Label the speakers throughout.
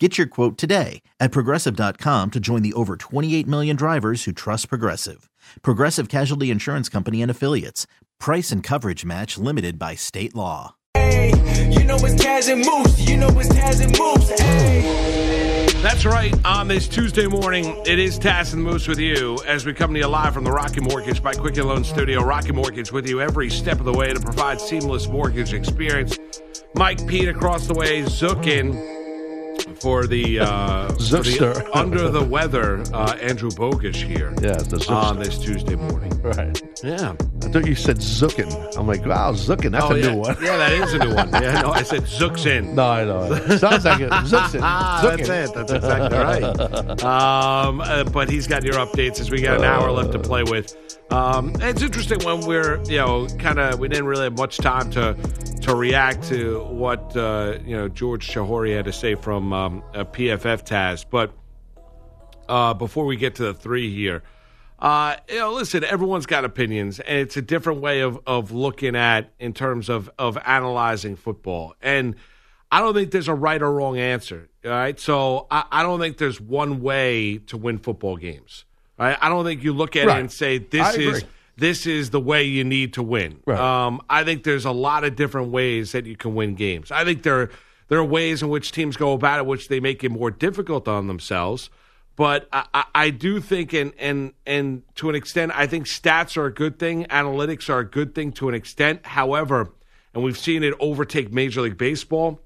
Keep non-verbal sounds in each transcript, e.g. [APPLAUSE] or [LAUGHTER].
Speaker 1: Get your quote today at progressive.com to join the over 28 million drivers who trust Progressive. Progressive Casualty Insurance Company and Affiliates. Price and coverage match limited by state law.
Speaker 2: Hey, you know it's Taz and Moose. You know it's Taz and Moose. Hey.
Speaker 3: That's right. On this Tuesday morning, it is Tass and Moose with you as we come to you live from the Rocky Mortgage by Quicken Loan Studio. Rocky Mortgage with you every step of the way to provide seamless mortgage experience. Mike Pete across the way, Zookin for the, uh, for the
Speaker 4: Zookster.
Speaker 3: [LAUGHS] under the weather. Uh, Andrew Bogus here.
Speaker 4: Yeah, the Zookster.
Speaker 3: on this Tuesday morning.
Speaker 4: Right.
Speaker 3: Yeah.
Speaker 4: I thought you said Zookin. I'm like, wow, Zookin. That's a
Speaker 3: Oh, yeah.
Speaker 4: new one. [LAUGHS]
Speaker 3: Yeah, that is a new one. Yeah, no, I said Zooks in.
Speaker 4: No, I know. It Sounds [LAUGHS] like it. Zookin.
Speaker 3: Ah, that's it. That's
Speaker 4: [LAUGHS]
Speaker 3: exactly right. Um, uh, but he's got your updates as we got an hour left to play with. Um, and it's interesting when we're you know kind of we didn't really have much time to to react to what uh, you know George Shahori had to say from um, a PFF Taz, but uh, before we get to the three here. Uh, you know, listen, everyone's got opinions, and it's a different way of, of looking at in terms of, of analyzing football. And I don't think there's a right or wrong answer. All right. So I, I don't think there's one way to win football games. All right. I don't think you look at it
Speaker 4: Right.
Speaker 3: and say, this
Speaker 4: I
Speaker 3: this is
Speaker 4: agree.
Speaker 3: this is the way you need to win.
Speaker 4: Right.
Speaker 3: Um, I think there's a lot of different ways that you can win games. I think there there are ways in which teams go about it, which they make it more difficult on themselves. But I, I, I do think, and and and to an extent, I think stats are a good thing. Analytics are a good thing to an extent. However, and we've seen it overtake Major League Baseball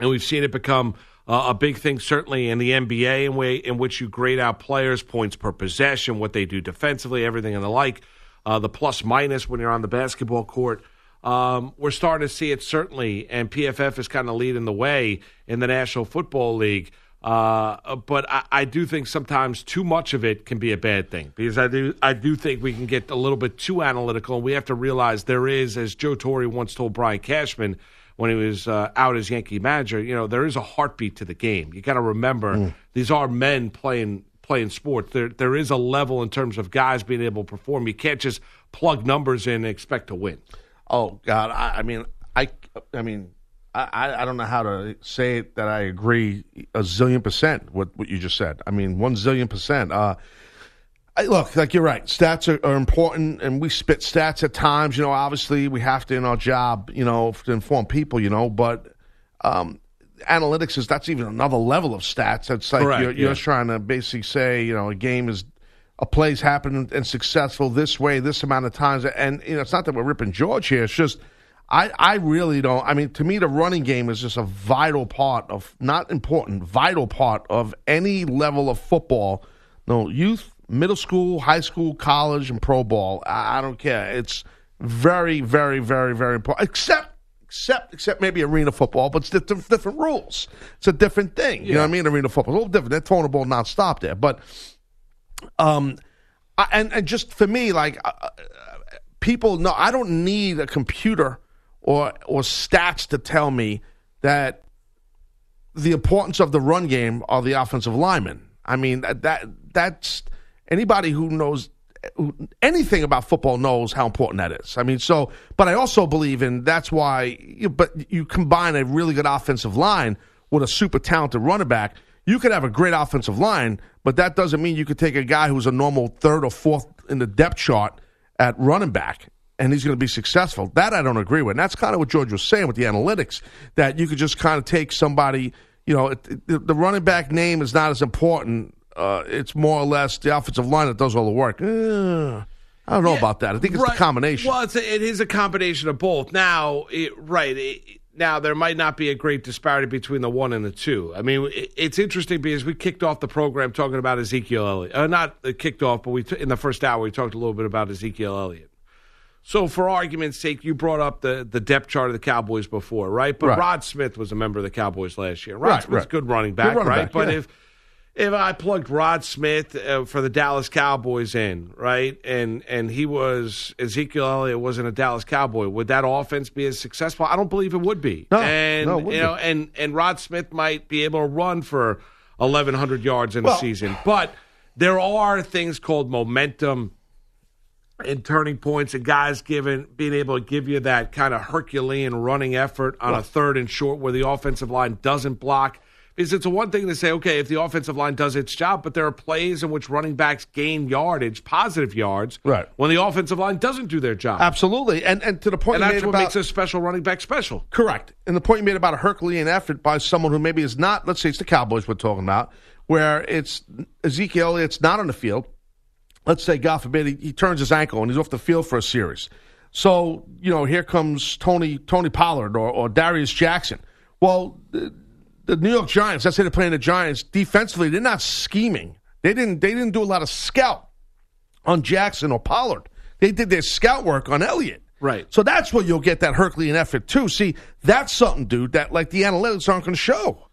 Speaker 3: and we've seen it become uh, a big thing, certainly in the NBA, in way in which you grade out players, points per possession, what they do defensively, everything and the like, uh, the plus minus when you're on the basketball court. Um, we're starting to see it certainly, and PFF is kind of leading the way in the National Football League. Uh, but I, I do think sometimes too much of it can be a bad thing because I do I do think we can get a little bit too analytical, and we have to realize there is, as Joe Torre once told Brian Cashman, when he was uh, out as Yankee manager, you know, there is a heartbeat to the game. You got to remember these are men playing playing sports. There there is a level in terms of guys being able to perform. You can't just plug numbers in and expect to win.
Speaker 4: Oh God. I, I mean, I. I mean, I, I- I don't know how to say it that I agree a zillion percent with what you just said. I mean, one zillion percent. Uh, I, look, like you're right. Stats are, are important, and we spit stats at times. You know, obviously, we have to in our job. You know, to inform people. You know, but um, analytics is that's even another level of stats. That's like
Speaker 3: Correct,
Speaker 4: you're, you're
Speaker 3: yeah.
Speaker 4: trying to basically say, you know, a game is a play's happened and successful this way, this amount of times, and you know, it's not that we're ripping George here. It's just. I, I really don't. I mean, to me, the running game is just a vital part of, not important, vital part of any level of football. No, youth, middle school, high school, college, and pro ball. I, I don't care. It's very, very, very, very important. Except, except, except maybe arena football, but it's di- di- different rules. It's a different thing. You know what I mean? Arena football a little different. They're throwing the ball nonstop there, but um, I, and and just for me, like uh, uh, people know, I don't need a computer or or stats to tell me that the importance of the run game are the offensive linemen. I mean that, that that's anybody who knows who- anything about football knows how important that is. I mean, so but I also believe in that's why. You, but you combine a really good offensive line with a super talented running back. You could have a great offensive line, but that doesn't mean you could take a guy who's a normal third or fourth in the depth chart at running back and he's going to be successful. That I don't agree with. And that's kind of what George was saying with the analytics that you could just kind of take somebody, you know, it, it- the running back name is not as important. Uh, it's more or less the offensive line that does all the work. Eh, I don't know about that. I think it's
Speaker 3: Right.
Speaker 4: the combination.
Speaker 3: Well, it's a, it is a combination of both. Now, it, right it, now, there might not be a great disparity between the one and the two. I mean, it, it's interesting because we kicked off the program talking about Ezekiel Elliott. Uh, not uh, kicked off, but we t- in the first hour we talked a little bit about Ezekiel Elliott. So, for argument's sake, you brought up the, the depth chart of the Cowboys before, right? But
Speaker 4: Right.
Speaker 3: Rod Smith was a member of the Cowboys last year. Rod
Speaker 4: Right,
Speaker 3: Smith's
Speaker 4: right.
Speaker 3: good running back,
Speaker 4: running
Speaker 3: right?
Speaker 4: back,
Speaker 3: but
Speaker 4: yeah.
Speaker 3: if if I plugged Rod Smith uh, for the Dallas Cowboys in, right, and and he was Ezekiel Elliott wasn't a Dallas Cowboy, would that offense be as successful? I don't believe it would be.
Speaker 4: No,
Speaker 3: and
Speaker 4: no, it wouldn't
Speaker 3: you know,
Speaker 4: be.
Speaker 3: and and Rod Smith might be able to run for 1,100 yards in a
Speaker 4: Well-
Speaker 3: season, but there are things called momentum and turning points and guys giving being able to give you that kind of Herculean running effort on a third and short where the offensive line doesn't block. Because it's one thing to say, okay, if the offensive line does its job, but there are plays in which running backs gain yardage, positive yards,
Speaker 4: Right.
Speaker 3: when the offensive line doesn't do their job.
Speaker 4: Absolutely, and and to the point
Speaker 3: And
Speaker 4: you
Speaker 3: that's
Speaker 4: made
Speaker 3: what
Speaker 4: about
Speaker 3: makes a special running back special.
Speaker 4: Correct. And the point you made about a Herculean effort by someone who maybe is not, let's say it's the Cowboys we're talking about, where it's Ezekiel Elliott's not on the field. Let's say, God forbid, he, he turns his ankle and he's off the field for a series. So, you know, here comes Tony Tony Pollard or, or Darius Jackson. Well, the, the New York Giants, let's say they're playing the Giants defensively, they're not scheming. They didn't they didn't do a lot of scout on Jackson or Pollard. They did their scout work on Elliott.
Speaker 3: Right.
Speaker 4: So that's where you'll get that Herculean effort too. See, that's something, dude, that like the analytics aren't going to show.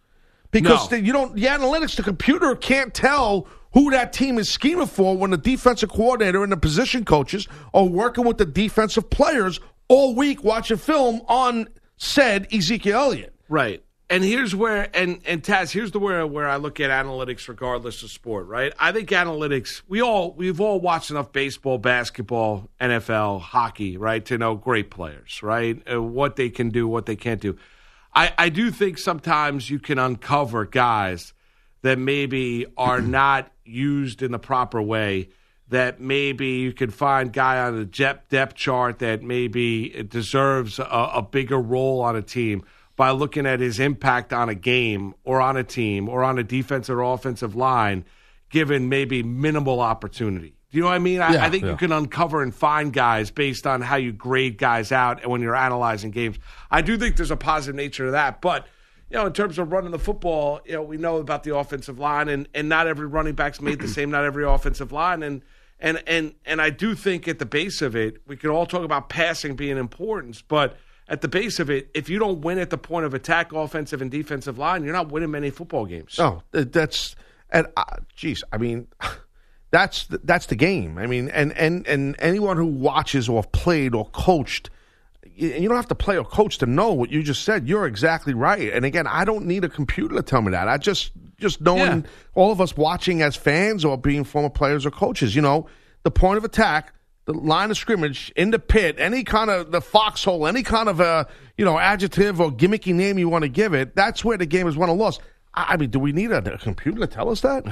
Speaker 4: Because
Speaker 3: No.
Speaker 4: the, you don't the analytics, the computer can't tell who that team is scheming for when the defensive coordinator and the position coaches are working with the defensive players all week watching film on said Ezekiel Elliott.
Speaker 3: Right. And here's where and and Taz, here's the where where I look at analytics regardless of sport, right? I think analytics, we all we've all watched enough baseball, basketball, NFL, hockey, right, to know great players, right? Uh, what they can do, what they can't do. I I do think sometimes you can uncover guys that maybe
Speaker 4: [CLEARS THROAT]
Speaker 3: are not used in the proper way. That maybe you could find guy on the depth depth chart that maybe deserves a, a bigger role on a team by looking at his impact on a game or on a team or on a defensive or offensive line, given maybe minimal opportunity. Do you know what I mean? I,
Speaker 4: Yeah,
Speaker 3: I think
Speaker 4: yeah.
Speaker 3: you can uncover and find guys based on how you grade guys out and when you're analyzing games. I do think there's a positive nature to that, but you know, in terms of running the football, you know, we know about the offensive line, and, and not every running back's made the same, not every offensive line, and and and and I do think at the base of it, we could all talk about passing being important, but at the base of it, if you don't win at the point of attack, offensive and defensive line, you're not winning many football games.
Speaker 4: No, th- Oh, that's and uh, geez, I mean, [SIGHS] that's th- that's the game. I mean, and and and anyone who watches or played or coached, y- and you don't have to play or coach to know what you just said. You're exactly right. And again, I don't need a computer to tell me that. I just just knowing
Speaker 3: Yeah.
Speaker 4: all of us watching as fans or being former players or coaches. You know, the point of attack. The line of scrimmage in the pit, any kind of the foxhole, any kind of a you know adjective or gimmicky name you want to give it, that's where the game is won or lost. I I mean, do we need a, a computer to tell
Speaker 3: [LAUGHS]
Speaker 4: us that?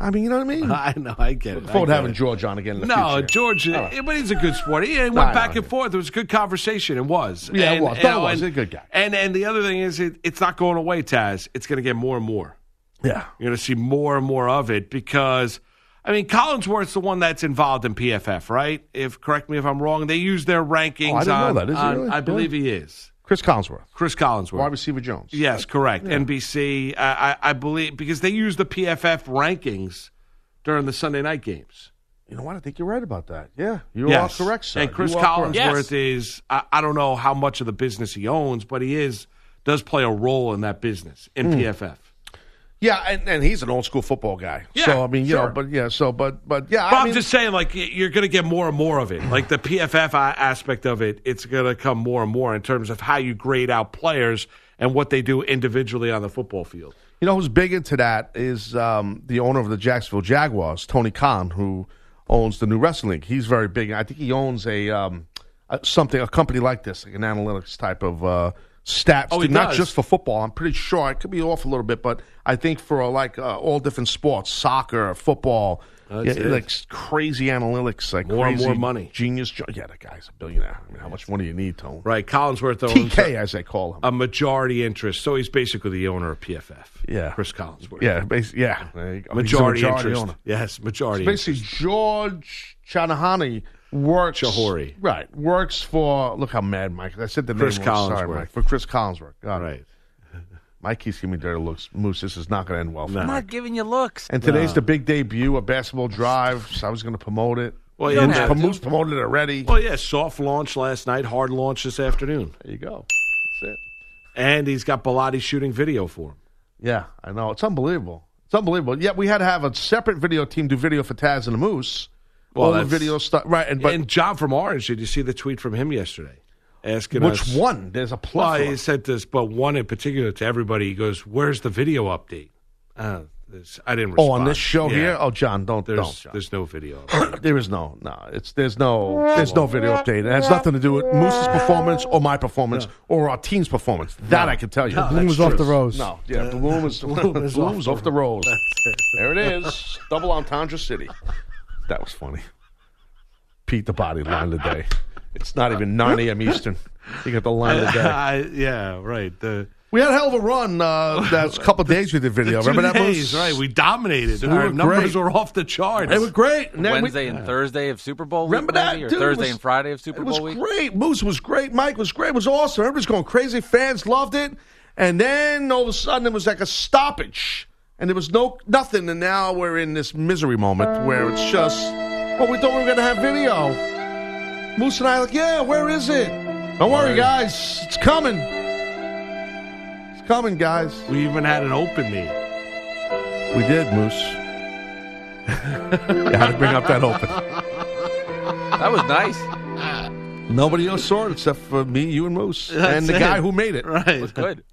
Speaker 4: I mean, you know what I
Speaker 3: [LAUGHS]
Speaker 4: mean?
Speaker 3: I know, I get it.
Speaker 4: Look forward to having George on again. In the
Speaker 3: No,
Speaker 4: future.
Speaker 3: George,
Speaker 4: All right.
Speaker 3: eh, but he's a good sport. He went
Speaker 4: I know,
Speaker 3: back
Speaker 4: I know.
Speaker 3: and forth. It was a good conversation. It was.
Speaker 4: Yeah, it
Speaker 3: And-
Speaker 4: was.
Speaker 3: and-
Speaker 4: No, it was.
Speaker 3: and-
Speaker 4: He's a good guy.
Speaker 3: And and the other thing is, it, it's not going away, Taz. It's going to get more and more.
Speaker 4: Yeah.
Speaker 3: You're going to see more and more of it because, I mean, Collinsworth's the one that's involved in PFF, right? If correct me if I'm wrong, they use their rankings.
Speaker 4: Oh, didn't know
Speaker 3: on-
Speaker 4: that. Is he
Speaker 3: on-
Speaker 4: really?
Speaker 3: I believe he is.
Speaker 4: Chris Collinsworth,
Speaker 3: Chris Collinsworth.
Speaker 4: wide receiver Jones.
Speaker 3: Yes, correct. NBC, I, I, I believe, because they use the PFF rankings during the Sunday night games.
Speaker 4: You know what? I think you're right about that. Yeah, you
Speaker 3: Yes.
Speaker 4: are correct, sir.
Speaker 3: And Chris
Speaker 4: You are correct.
Speaker 3: Collinsworth is, I, I don't know how much of the business he owns, but he is does play a role in that business in
Speaker 4: Hmm.
Speaker 3: PFF.
Speaker 4: Yeah, and, and he's an old school football guy.
Speaker 3: Yeah,
Speaker 4: so I mean, you
Speaker 3: sure.
Speaker 4: know, but yeah, so but but yeah,
Speaker 3: But
Speaker 4: I
Speaker 3: I'm
Speaker 4: mean,
Speaker 3: just saying, like, y- you're going to get more and more of it. Like, the PFF a- aspect of it, it's going to come more and more in terms of how you grade out players and what they do individually on the football field.
Speaker 4: You know who's big into that is um, the owner of the Jacksonville Jaguars, Tony Khan, who owns the new wrestling league. He's very big. I think he owns a, um, a something a company like this, like an analytics type of uh, stats,
Speaker 3: Oh, he
Speaker 4: thing, not
Speaker 3: does.
Speaker 4: just for football. I'm pretty sure it could be off a little bit, but I think for uh, like uh, all different sports, soccer, football, yeah,
Speaker 3: it.
Speaker 4: like s- crazy analytics, like
Speaker 3: More and
Speaker 4: crazy
Speaker 3: more money.
Speaker 4: genius. jo- Yeah, that guy's a billionaire. I mean, how much money you need, Tony?
Speaker 3: Right. Uh, Collinsworth owns
Speaker 4: TK, as they call him.
Speaker 3: a majority interest. So he's basically the owner of PFF.
Speaker 4: Yeah.
Speaker 3: Chris Collinsworth.
Speaker 4: yeah, basi- yeah. There you go. He's a
Speaker 3: Majority, interest.
Speaker 4: owner.
Speaker 3: Yes, majority interest.
Speaker 4: basically George Chanahani works
Speaker 3: Chahori.
Speaker 4: Right. Works for look how mad Mike I said the
Speaker 3: Chris
Speaker 4: name wrong. Sorry,
Speaker 3: Collinsworth.
Speaker 4: Mike. For Chris Collinsworth. God.
Speaker 3: Right.
Speaker 4: Mike keeps giving me dirty looks. Moose, this is not gonna end well for
Speaker 3: No.
Speaker 4: me.
Speaker 5: not giving you looks.
Speaker 4: And today's the big debut of basketball drive. So I was gonna promote it.
Speaker 3: Well,
Speaker 4: Moose,
Speaker 3: yeah,
Speaker 4: Moose promoted it already.
Speaker 3: Well, yeah, soft launch last night, hard launch this afternoon.
Speaker 4: There you go. That's it.
Speaker 3: And he's got Bilotti shooting video for him.
Speaker 4: Yeah, I know. It's unbelievable. It's unbelievable. Yet we had to have a separate video team do video for Taz and the Moose.
Speaker 3: Well,
Speaker 4: All the
Speaker 3: that's-
Speaker 4: video stuff, right? And but
Speaker 3: and John from Orange, did you see the tweet from him yesterday? Asking
Speaker 4: which
Speaker 3: us,
Speaker 4: one? There's a
Speaker 3: Well,
Speaker 4: plethora.
Speaker 3: he sent this, but one in particular to everybody. He goes, "Where's the video update?" Uh, this, I didn't.
Speaker 4: oh,
Speaker 3: Respond.
Speaker 4: on this show
Speaker 3: Yeah.
Speaker 4: here. Oh, John, don't
Speaker 3: there's
Speaker 4: don't. John.
Speaker 3: there's no video.
Speaker 4: [COUGHS]
Speaker 3: update.
Speaker 4: There is no no. It's there's no there's no video update. It has nothing to do with Moose's performance or my performance or our team's performance. That I can tell you.
Speaker 5: Bloom was off the rose.
Speaker 4: No, yeah, Bloom [LAUGHS] is Bloom is off the rolls. There it is, double entendre city. That was funny. Pete, the body line today. It's not even 9 a.m. Eastern. You got the line today.
Speaker 3: I- yeah, right. The
Speaker 4: [LAUGHS] We had a hell of a run. Uh, that's [LAUGHS] a couple days we did video.
Speaker 3: two
Speaker 4: Remember that?
Speaker 3: days,
Speaker 4: Moose?
Speaker 3: right? We dominated.
Speaker 4: We
Speaker 3: Our
Speaker 4: were
Speaker 3: numbers
Speaker 4: great.
Speaker 3: were off the charts.
Speaker 4: They were great. And then we-
Speaker 6: Wednesday and Thursday of Super Bowl
Speaker 4: Remember
Speaker 6: week,
Speaker 4: that?
Speaker 6: maybe, or
Speaker 4: dude? It
Speaker 6: Thursday
Speaker 4: was-
Speaker 6: and Friday of Super
Speaker 4: it was
Speaker 6: Bowl week.
Speaker 4: great. Moose was great. Mike was great. It was awesome. Everybody's going crazy. Fans loved it. And then all of a sudden, it was like a stoppage, and there was no nothing. And now we're in this misery moment where it's just, well, we thought we were going to have video. Moose and I, are like, yeah, where is it? Don't worry, guys, it's coming. It's coming, guys.
Speaker 3: We even had an open meet.
Speaker 4: We did, Moose. [LAUGHS] I had to bring up that open.
Speaker 6: That was nice.
Speaker 4: [LAUGHS] Nobody else saw it except for me, you,
Speaker 3: [LAUGHS]
Speaker 4: and Moose, and the
Speaker 3: it.
Speaker 4: guy who made it.
Speaker 6: It
Speaker 3: Right.
Speaker 6: was good.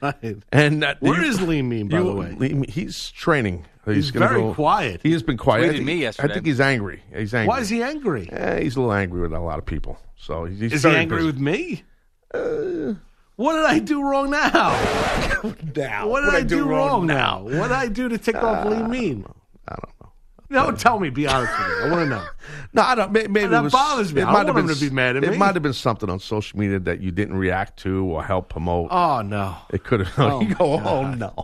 Speaker 3: right.
Speaker 4: And that,
Speaker 3: Where
Speaker 4: you- [LAUGHS]
Speaker 3: is Lee Mean, by
Speaker 4: you-
Speaker 3: the way?
Speaker 4: Lee- he's training. He's, gonna
Speaker 3: very
Speaker 4: go-
Speaker 3: quiet.
Speaker 4: He has been quiet.
Speaker 6: Tweeted
Speaker 4: I think,
Speaker 6: me yesterday.
Speaker 4: I think he's angry. He's angry.
Speaker 3: Why is he angry?
Speaker 4: Eh, he's a little angry with a lot of people. So he's, he's
Speaker 3: Is he
Speaker 4: very Uh,
Speaker 3: angry
Speaker 4: busy.
Speaker 3: with me? what did I do wrong now?
Speaker 4: Now,
Speaker 3: What did I, do, wrong, now? What did I do to tick off Lee Mean?
Speaker 4: Uh, I don't know.
Speaker 3: No, tell me. Be honest with me. I want to
Speaker 4: [LAUGHS]
Speaker 3: know.
Speaker 4: No, I don't. may- Maybe
Speaker 3: That
Speaker 4: it was,
Speaker 3: bothers me.
Speaker 4: It
Speaker 3: I
Speaker 4: might have
Speaker 3: want him
Speaker 4: been
Speaker 3: to be
Speaker 4: s-
Speaker 3: mad at
Speaker 4: It
Speaker 3: me.
Speaker 4: might have been something on social media that you didn't react to or help promote.
Speaker 3: Oh no!
Speaker 4: it could have. [LAUGHS] you go, oh no.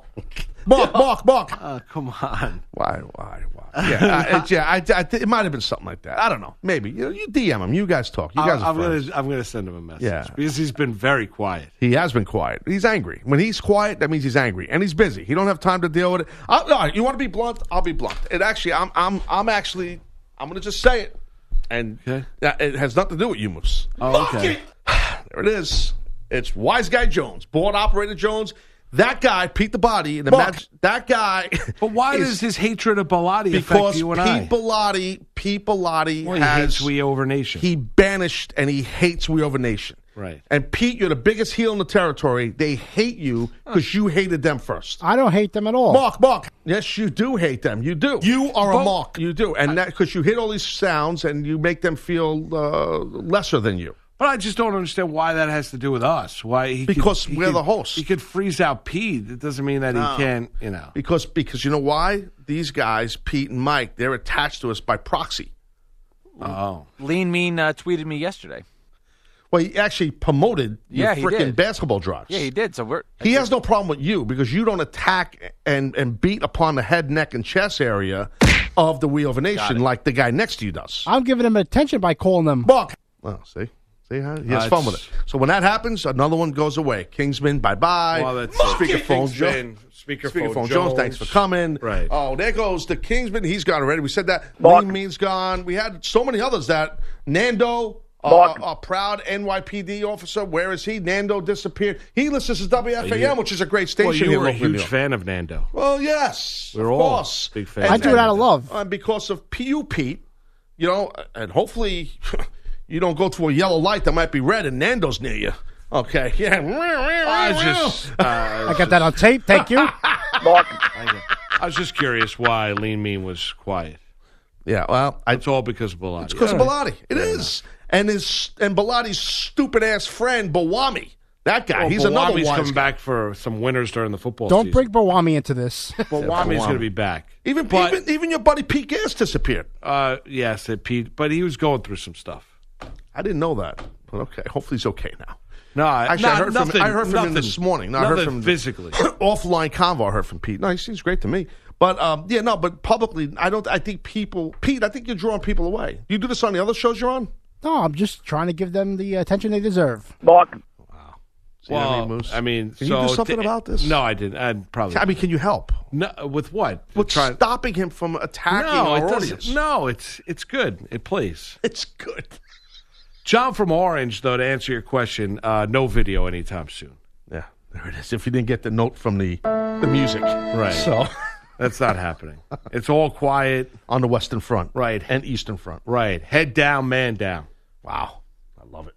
Speaker 4: Mark, Mark, Mark.
Speaker 3: Oh, come on.
Speaker 4: Why, why,
Speaker 3: [LAUGHS]
Speaker 4: why? Yeah, I, it, yeah. I, I, it might have been something like that. I don't know. Maybe you, you DM him. You guys talk. You guys.
Speaker 3: I,
Speaker 4: are
Speaker 3: am
Speaker 4: friends.
Speaker 3: gonna I'm gonna send him a message
Speaker 4: Yeah.
Speaker 3: because he's been very quiet.
Speaker 4: He has been quiet. He's angry. When he's quiet, that means he's angry and he's busy. He don't have time to deal with it. I, no, you want to be blunt? I'll be blunt. It actually, I'm, I'm, I'm actually, I'm gonna just say it, and
Speaker 3: Okay.
Speaker 4: yeah, it has nothing to do with you, Moose.
Speaker 3: Oh,
Speaker 4: Fuck
Speaker 3: okay.
Speaker 4: it. There it is. It's Wise Guy Jones, board operator Jones. That guy, Pete the Body, and the
Speaker 3: Fuck.
Speaker 4: match, that guy.
Speaker 3: But why
Speaker 4: [LAUGHS] is-
Speaker 3: does his hatred of Bilotti affect
Speaker 4: because
Speaker 3: you and
Speaker 4: Pete Bellotti, Pete Bellotti
Speaker 3: I? Well, he
Speaker 4: has
Speaker 3: hates We Over Nation.
Speaker 4: he banished and he hates We Over Nation.
Speaker 3: Right.
Speaker 4: And Pete, you're the biggest heel in the territory. They hate you because you hated them first.
Speaker 5: I don't hate them at all.
Speaker 4: Mark, Mark. Yes, you do hate them. You do. You are
Speaker 3: But-
Speaker 4: a Mark. You do. And that because you hit all these sounds and you make them feel uh, lesser than you.
Speaker 3: but I just don't understand why that has to do with us. Why he could-
Speaker 4: Because
Speaker 3: he
Speaker 4: we're
Speaker 3: could-
Speaker 4: the host.
Speaker 3: He could freeze out Pete. It doesn't mean that he can't. You know.
Speaker 4: Because because you know why? These guys, Pete and Mike, they're attached to us by proxy.
Speaker 3: Oh.
Speaker 6: Lean Mean uh, tweeted me yesterday.
Speaker 4: Well, he actually promoted
Speaker 6: Yeah, he
Speaker 4: your freaking
Speaker 6: did.
Speaker 4: basketball drives.
Speaker 6: Yeah, he did. So we're
Speaker 4: He has no problem with you because you don't attack and, and beat upon the head, neck, and chest area of the Wheel of a Nation like the guy next to you does.
Speaker 5: I'm giving them attention by calling them.
Speaker 4: Buck. Well, see? See how he has
Speaker 3: Uh,
Speaker 4: fun with
Speaker 3: it's-
Speaker 4: it. So when that happens, another one goes away. Kingsman, bye bye.
Speaker 3: Well, that's Kingsman,
Speaker 4: Speakerphone Jones.
Speaker 3: speakerphone
Speaker 4: Jones.
Speaker 3: Jones.
Speaker 4: thanks for coming.
Speaker 3: Right.
Speaker 4: Oh, there goes the Kingsman. He's gone already. We said that.
Speaker 7: Buck.
Speaker 4: Lean Mean's gone. We had so many others that Nando. Uh,
Speaker 7: Buck.
Speaker 4: a proud NYPD officer. Where is he? Nando disappeared. He listens to WFAM, which is a great station.
Speaker 3: Well, you
Speaker 4: here
Speaker 3: were a
Speaker 4: locally in New
Speaker 3: huge
Speaker 4: York.
Speaker 3: fan of Nando.
Speaker 4: Well, yes,
Speaker 3: We're
Speaker 4: of
Speaker 3: all
Speaker 4: course.
Speaker 3: big fans.
Speaker 4: And-
Speaker 5: I do it out of
Speaker 4: and-
Speaker 5: love.
Speaker 4: And because of PU Pete, you know, and hopefully [LAUGHS] you don't go through a yellow light that might be red and Nando's near you. Okay, [LAUGHS] yeah.
Speaker 3: I was just, uh,
Speaker 5: [LAUGHS] I got that on tape.
Speaker 4: [LAUGHS]
Speaker 5: Thank you.
Speaker 3: I was just curious why Lean Mean was quiet.
Speaker 4: yeah. Well, I
Speaker 3: It's all because of Bilotti.
Speaker 4: because of Bilotti. It is, and his and Bilotti's stupid ass friend Bawami. That guy. he's another
Speaker 3: Bawami's
Speaker 4: wise
Speaker 3: coming
Speaker 4: guy.
Speaker 3: back for some winners during the football
Speaker 5: Don't
Speaker 3: season.
Speaker 5: bring Bawami into this.
Speaker 3: Bawami's going to be back.
Speaker 4: Even,
Speaker 3: But-
Speaker 4: even even your buddy Pete Gas disappeared.
Speaker 3: Uh, yes, it Pete, but he was going through some stuff.
Speaker 4: I didn't know that. But okay, hopefully he's okay now. [COUGHS]
Speaker 3: No, I-
Speaker 4: Actually, I
Speaker 3: no,
Speaker 4: heard from-
Speaker 3: nothing,
Speaker 4: I heard from him
Speaker 3: nothing-
Speaker 4: this morning. No, I
Speaker 3: nothing
Speaker 4: heard from him-
Speaker 3: physically.
Speaker 4: offline convo I heard from Pete. No, he seems great to me. But um, yeah, no, but publicly, I don't. I think people, Pete, I think you're drawing people away. You do this on the other shows you're on.
Speaker 5: No, I'm just trying to give them the attention they deserve.
Speaker 7: Mark.
Speaker 4: See what
Speaker 3: well,
Speaker 4: I mean, Moose?
Speaker 3: I mean,
Speaker 4: Can you
Speaker 3: so
Speaker 4: do something
Speaker 3: th-
Speaker 4: about this?
Speaker 3: No, I didn't. I probably.
Speaker 4: I mean, can you help
Speaker 3: no, with what?
Speaker 4: with
Speaker 3: Try-
Speaker 4: stopping him from attacking
Speaker 3: no, it
Speaker 4: our
Speaker 3: doesn't-
Speaker 4: audience?
Speaker 3: no, it's it's good. It plays.
Speaker 4: it's good.
Speaker 3: John from Orange, though, to answer your question, uh, no video anytime soon.
Speaker 4: Yeah, there it is. If you didn't get the note from the the music,
Speaker 3: Right.
Speaker 4: So [LAUGHS]
Speaker 3: That's not happening. It's all quiet.
Speaker 4: on the Western Front,
Speaker 3: Right.
Speaker 4: and Eastern Front.
Speaker 3: Right. Head down, man down.
Speaker 4: Wow, I love it.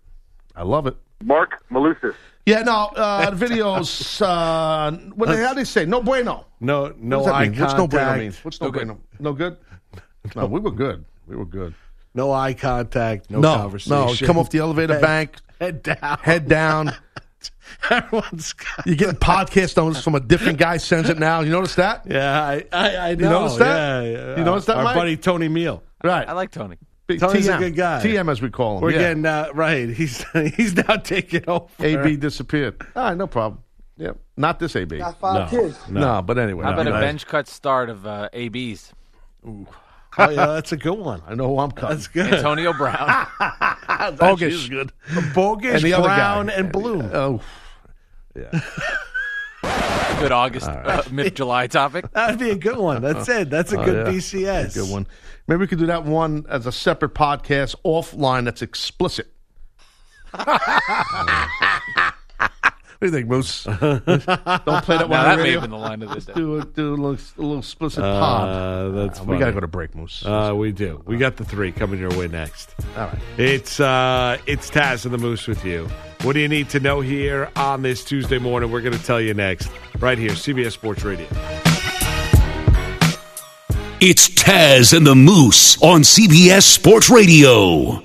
Speaker 4: I love it.
Speaker 7: Mark Malusis.
Speaker 4: Yeah, no, uh, the [LAUGHS] videos. Uh, what the hell they say? No bueno.
Speaker 3: No, no
Speaker 4: What does that
Speaker 3: eye
Speaker 4: mean? What's no bueno
Speaker 3: contact.
Speaker 4: mean? What's no bueno? No good. No, we were good. We were good.
Speaker 3: No eye contact. No,
Speaker 4: No, no.
Speaker 3: conversation.
Speaker 4: Come off the elevator, bank,
Speaker 3: head down.
Speaker 4: head down.
Speaker 3: [LAUGHS] Everyone's got.
Speaker 4: You're
Speaker 3: [LAUGHS]
Speaker 4: getting podcast notices from a different guy sends it now. You notice that?
Speaker 3: Yeah, I, I, I know.
Speaker 4: notice that?
Speaker 3: Yeah, yeah.
Speaker 4: You notice that,
Speaker 3: Our
Speaker 4: Mike?
Speaker 3: buddy Tony Meal.
Speaker 4: Right.
Speaker 6: I like Tony.
Speaker 4: Big
Speaker 3: Tony's a
Speaker 4: TM.
Speaker 3: good guy.
Speaker 4: TM as we call him.
Speaker 3: We're
Speaker 4: yeah.
Speaker 3: getting uh, right. He's [LAUGHS] he's now taking over.
Speaker 4: AB disappeared. All right, no problem. Yeah, not this AB. No,
Speaker 3: No, no.
Speaker 4: but anyway.
Speaker 6: How about
Speaker 4: no,
Speaker 6: a bench cut start of uh, AB's?
Speaker 3: Oh, yeah, that's a good one.
Speaker 4: I know who I'm cutting.
Speaker 3: That's good.
Speaker 6: Antonio Brown. [LAUGHS]
Speaker 4: Bogus. good.
Speaker 3: Bogus,
Speaker 4: And the other
Speaker 3: Brown,
Speaker 4: guy.
Speaker 3: and Bloom.
Speaker 4: Oh,
Speaker 6: Good August, uh, mid July topic.
Speaker 3: That'd be a good one. That's it. That's a good BCS.
Speaker 4: good one. Maybe we could do that one as a separate podcast offline that's explicit. what do you think, Moose? Don't play that one on
Speaker 6: Now, that
Speaker 4: the
Speaker 6: may
Speaker 4: radio.
Speaker 6: have been the line of this.
Speaker 4: Do, a, do a, little, a little explicit pod.
Speaker 3: Uh, that's
Speaker 4: We got to
Speaker 3: funny.
Speaker 4: go to break, Moose.
Speaker 3: Uh, we do. We got the three coming your way next.
Speaker 4: All right.
Speaker 3: It's uh, it's Taz and the Moose with you. What do you need to know here on this Tuesday morning? We're going to tell you next, right here, CBS Sports Radio.
Speaker 8: It's Taz and the Moose on CBS Sports Radio.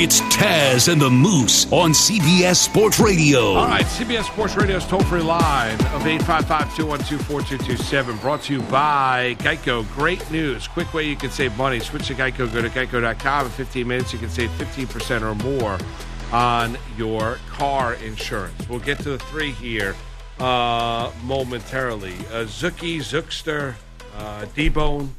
Speaker 8: It's Taz and the Moose on CBS Sports Radio.
Speaker 3: All right, CBS Sports Radio's toll free line of 855 212 4227, brought to you by Geico. Great news. Quick way you can save money. Switch to Geico. Go to geico.com. In 15 minutes, you can save 15% or more on your car insurance. We'll get to the three here uh, momentarily. Uh, Zookie, Zookster, uh, D Bone,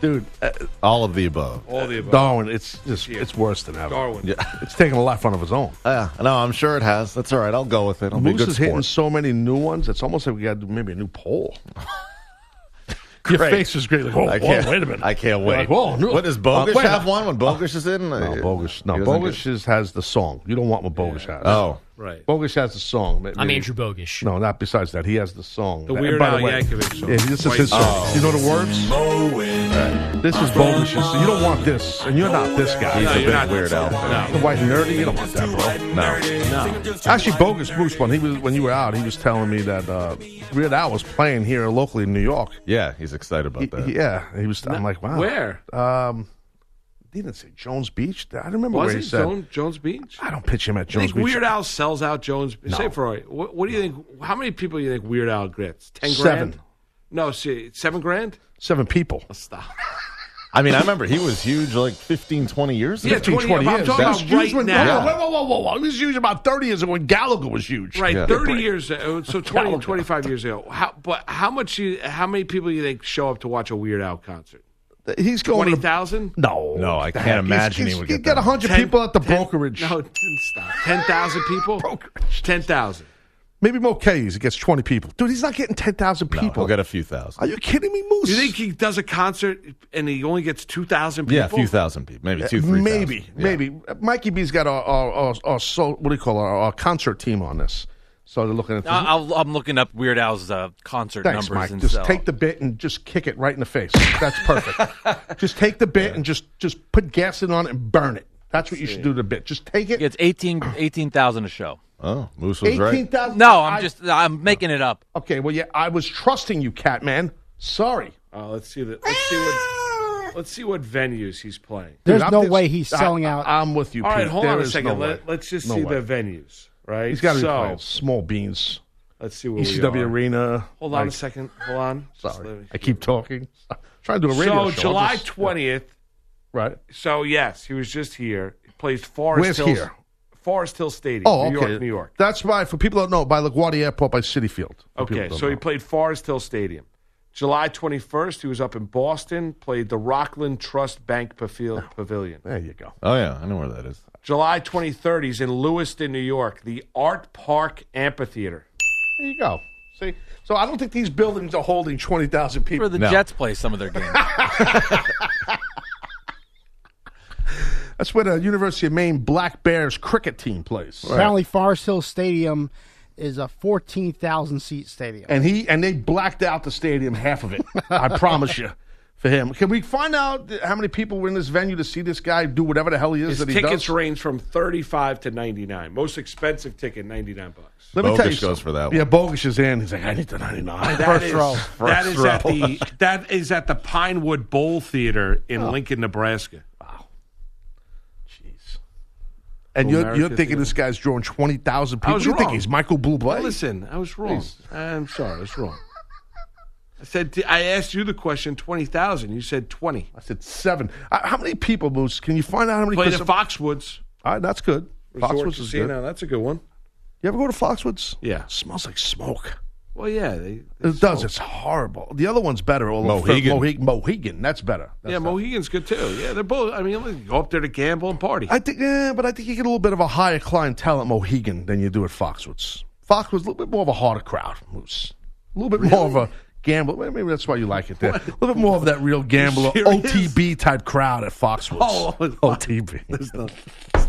Speaker 4: Dude, uh, all of the above.
Speaker 3: all the above.
Speaker 4: Darwin, it's just, it's worse than ever.
Speaker 3: Darwin.
Speaker 4: It's taking a life on of its own.
Speaker 9: Yeah, no, I'm sure it has. That's all right. I'll go with it. I'll be a
Speaker 4: Moose
Speaker 9: good
Speaker 4: is hitting
Speaker 9: sport.
Speaker 4: so many new ones. It's almost like we got to do maybe a new poll. Your face is great. Like, Oh, whoa,
Speaker 9: I
Speaker 4: whoa,
Speaker 9: can't
Speaker 4: wait a minute.
Speaker 9: I can't
Speaker 4: You're
Speaker 9: wait.
Speaker 4: like, whoa, no.
Speaker 9: What does
Speaker 4: Uh,
Speaker 9: Bogus
Speaker 4: wait a
Speaker 9: have
Speaker 4: minute.
Speaker 9: one when Bogus is in?
Speaker 4: No, Bogus. No,
Speaker 9: He wasn't
Speaker 4: Bogus
Speaker 9: good.
Speaker 4: is, has the song. You don't want what Bogus has.
Speaker 9: Oh,
Speaker 3: Right.
Speaker 4: Bogus has the song. Maybe-
Speaker 10: I'm Andrew Bogus.
Speaker 4: No, not besides that. He has the song.
Speaker 3: The
Speaker 4: And
Speaker 3: Weird
Speaker 4: by
Speaker 3: Al
Speaker 4: way-
Speaker 3: Yankovic song.
Speaker 4: Yeah, this is
Speaker 3: White
Speaker 4: his song.
Speaker 3: Zombie.
Speaker 9: Oh.
Speaker 4: You know the words? Right. This is Bogus. So you don't want this, and you're not this guy.
Speaker 9: he's
Speaker 3: No,
Speaker 9: a
Speaker 3: you're
Speaker 9: big
Speaker 3: not-
Speaker 9: weird Al.
Speaker 3: No.
Speaker 4: The white nerdy, you don't want that, bro.
Speaker 9: No,
Speaker 4: Actually, bogus Bruce. When he was when you were out, he was telling me that uh, Weird Al was playing here locally in New York.
Speaker 9: yeah, he's excited about that.
Speaker 4: He- yeah, he was. I'm like, wow.
Speaker 3: Where?
Speaker 4: He Um, didn't say Jones Beach. I don't remember
Speaker 3: Was
Speaker 4: where
Speaker 3: it
Speaker 4: he said.
Speaker 3: Jones, Jones Beach?
Speaker 4: I don't pitch him at
Speaker 3: You
Speaker 4: Jones
Speaker 3: think
Speaker 4: Beach.
Speaker 3: Weird Al sells out Jones? Say for what, what do you think? How many people do you think Weird Al gets? Ten grand?
Speaker 4: Seven.
Speaker 3: No, see, seven grand.
Speaker 4: Seven people.
Speaker 3: Stop.
Speaker 9: I mean, I remember he was huge like 15, 20 years ago.
Speaker 3: Yeah, 20,
Speaker 4: 20
Speaker 3: I'm
Speaker 4: years.
Speaker 3: talking
Speaker 9: That's
Speaker 3: about
Speaker 4: Huge
Speaker 3: right
Speaker 4: when-
Speaker 3: now.
Speaker 4: Whoa, whoa, whoa, whoa, whoa! He was huge about 30 years ago when Gallagher was huge.
Speaker 3: Right,
Speaker 9: Yeah.
Speaker 3: thirty years. uh,
Speaker 4: [LAUGHS]
Speaker 3: So 20, 25 years ago. How, but how much? You, how many people do you think show up to watch a Weird Al concert?
Speaker 4: He's going.
Speaker 3: Twenty
Speaker 4: to-
Speaker 3: thousand?
Speaker 4: no,
Speaker 9: No, I
Speaker 4: What the
Speaker 9: can't
Speaker 4: heck?
Speaker 9: imagine
Speaker 4: he's,
Speaker 9: he would
Speaker 4: he's
Speaker 9: get
Speaker 4: got
Speaker 9: that.
Speaker 4: 100 people at the brokerage.
Speaker 3: No, [LAUGHS] ten- stop. Ten thousand people.
Speaker 4: Brokerage.
Speaker 3: Ten thousand.
Speaker 4: Maybe Mo Kays gets 20 people. Dude, he's not getting 10,000
Speaker 9: No,
Speaker 4: people.
Speaker 9: he'll get a few thousand.
Speaker 4: Are you kidding me, Moose?
Speaker 3: You think he does a concert and he only gets two thousand people?
Speaker 9: Yeah, a few thousand people, maybe Uh, two, three.
Speaker 4: maybe,
Speaker 9: thousand. Yeah.
Speaker 4: maybe. Mikey B's got our, our, our, our so, what do you call it, our, our concert team on this. So they're looking at
Speaker 3: Uh,
Speaker 4: this.
Speaker 6: I- I'll, I'm looking up Weird Al's uh, concert
Speaker 4: Thanks,
Speaker 6: numbers.
Speaker 4: Mike.
Speaker 6: And
Speaker 4: Just
Speaker 6: so-
Speaker 4: take the bit and just kick it right in the face. That's
Speaker 3: [LAUGHS]
Speaker 4: perfect. just take the bit and just just put gas in on it and burn it. That's what you should do to the bit. Just take it.
Speaker 6: It's
Speaker 4: [CLEARS THROAT]
Speaker 6: 18 18,000 a show.
Speaker 9: Oh, Moose was
Speaker 4: Eighteen
Speaker 9: right.
Speaker 4: thousand.
Speaker 6: No, I'm just I'm making it up.
Speaker 4: okay. Well, yeah, I was trusting you, Catman. Sorry.
Speaker 3: Oh, let's see that. Let's see what. Let's see what venues he's playing.
Speaker 4: Dude,
Speaker 5: There's
Speaker 4: I'm
Speaker 5: no
Speaker 4: just-
Speaker 5: way he's
Speaker 4: I-
Speaker 5: selling out.
Speaker 4: I, am with you.
Speaker 3: All right,
Speaker 4: Pete.
Speaker 3: hold
Speaker 4: There
Speaker 3: on a
Speaker 4: is
Speaker 3: second.
Speaker 4: no way.
Speaker 3: Let, us just
Speaker 4: No
Speaker 3: see
Speaker 4: way.
Speaker 3: the venues, right?
Speaker 4: He's got to be
Speaker 3: so,
Speaker 4: playing small beans.
Speaker 3: Let's see what we
Speaker 4: ECW
Speaker 3: are.
Speaker 4: arena.
Speaker 3: Hold on
Speaker 4: Like,
Speaker 3: a second. Hold on. Just let
Speaker 4: Sorry,
Speaker 3: me-
Speaker 4: I keep talking. [LAUGHS] I'm trying to do a radio show.
Speaker 3: So
Speaker 4: I'll
Speaker 3: July
Speaker 4: just-
Speaker 3: twentieth.
Speaker 4: Right.
Speaker 3: So yes, he was just here. He plays Forest
Speaker 4: Where's
Speaker 3: Hills,
Speaker 4: here?
Speaker 3: Forest Hill Stadium,
Speaker 4: Oh,
Speaker 3: New
Speaker 4: okay.
Speaker 3: York, New York.
Speaker 4: That's why, for people who don't know, by LaGuardia Airport, by City Field. for people
Speaker 3: Okay,
Speaker 4: who don't
Speaker 3: so he
Speaker 4: know.
Speaker 3: played Forest Hill Stadium. July twenty first, he was up in Boston. Played the Rockland Trust Bank Pavil- Pavilion.
Speaker 4: There you go.
Speaker 9: Oh yeah, I know where that is.
Speaker 3: July twenty third, he's in Lewiston, New York, the Art Park Amphitheater.
Speaker 4: There you go. See, so I don't think these buildings are holding twenty thousand people.
Speaker 6: Where the
Speaker 9: No.
Speaker 6: Jets play some of their games.
Speaker 4: That's where the University of Maine Black Bears cricket team plays.
Speaker 5: Apparently, Forest Hill Stadium is a 14,000 seat stadium.
Speaker 4: and he and they blacked out the stadium
Speaker 3: [LAUGHS]
Speaker 4: half of it. I promise you, for him. Can we find out th- how many people were in this venue to see this guy do whatever the hell he is
Speaker 3: His
Speaker 4: that he
Speaker 3: tickets
Speaker 4: does?
Speaker 3: range from thirty-five to ninety-nine. Most expensive ticket, ninety-nine bucks.
Speaker 4: Let me tell you
Speaker 9: Bogus goes
Speaker 4: something.
Speaker 9: for that
Speaker 4: Yeah,
Speaker 9: one.
Speaker 4: Bogus is in. He's like, I need the ninety nine.
Speaker 3: That is
Speaker 5: row.
Speaker 3: that
Speaker 9: First
Speaker 3: is at
Speaker 9: row.
Speaker 3: the that is at the Pinewood Bowl Theater in Lincoln, Nebraska.
Speaker 4: And you're,
Speaker 3: America
Speaker 4: you're thinking this guy's drawing twenty thousand people.
Speaker 3: I was
Speaker 4: you think
Speaker 3: wrong.
Speaker 4: he's Michael Bublé?
Speaker 3: Listen, I was wrong. I'm sorry, I was wrong. I said I asked you the question twenty thousand. You said twenty.
Speaker 4: I said seven. I, how many people, Moose? Can you find out how many?
Speaker 3: Played at
Speaker 4: 'cause-
Speaker 3: Foxwoods.
Speaker 4: All right, that's good.
Speaker 3: Resort
Speaker 4: Foxwoods is
Speaker 3: Casino.
Speaker 4: good.
Speaker 3: That's a good one.
Speaker 4: You ever go to Foxwoods?
Speaker 3: Yeah.
Speaker 4: smells like smoke.
Speaker 3: Well, yeah, they, they
Speaker 4: It does. It's horrible. The other one's better. Well,
Speaker 9: Mohegan.
Speaker 4: Mohegan. Mohegan. That's better. That's
Speaker 3: yeah,
Speaker 4: better.
Speaker 3: Mohegan's good too. Yeah, they're both. I mean, you go up there to gamble and party.
Speaker 4: I think, yeah, but I think you get a little bit of a higher clientele at Mohegan than you do at Foxwoods. Foxwoods a little bit more of a harder crowd, Moose. A little bit more of a gamble. well, Maybe that's why you like it there. A little bit more of that real gambler,
Speaker 3: serious?
Speaker 4: OTB type crowd at Foxwoods.
Speaker 3: Oh, it's not- [LAUGHS]
Speaker 4: OTB.
Speaker 3: It's not-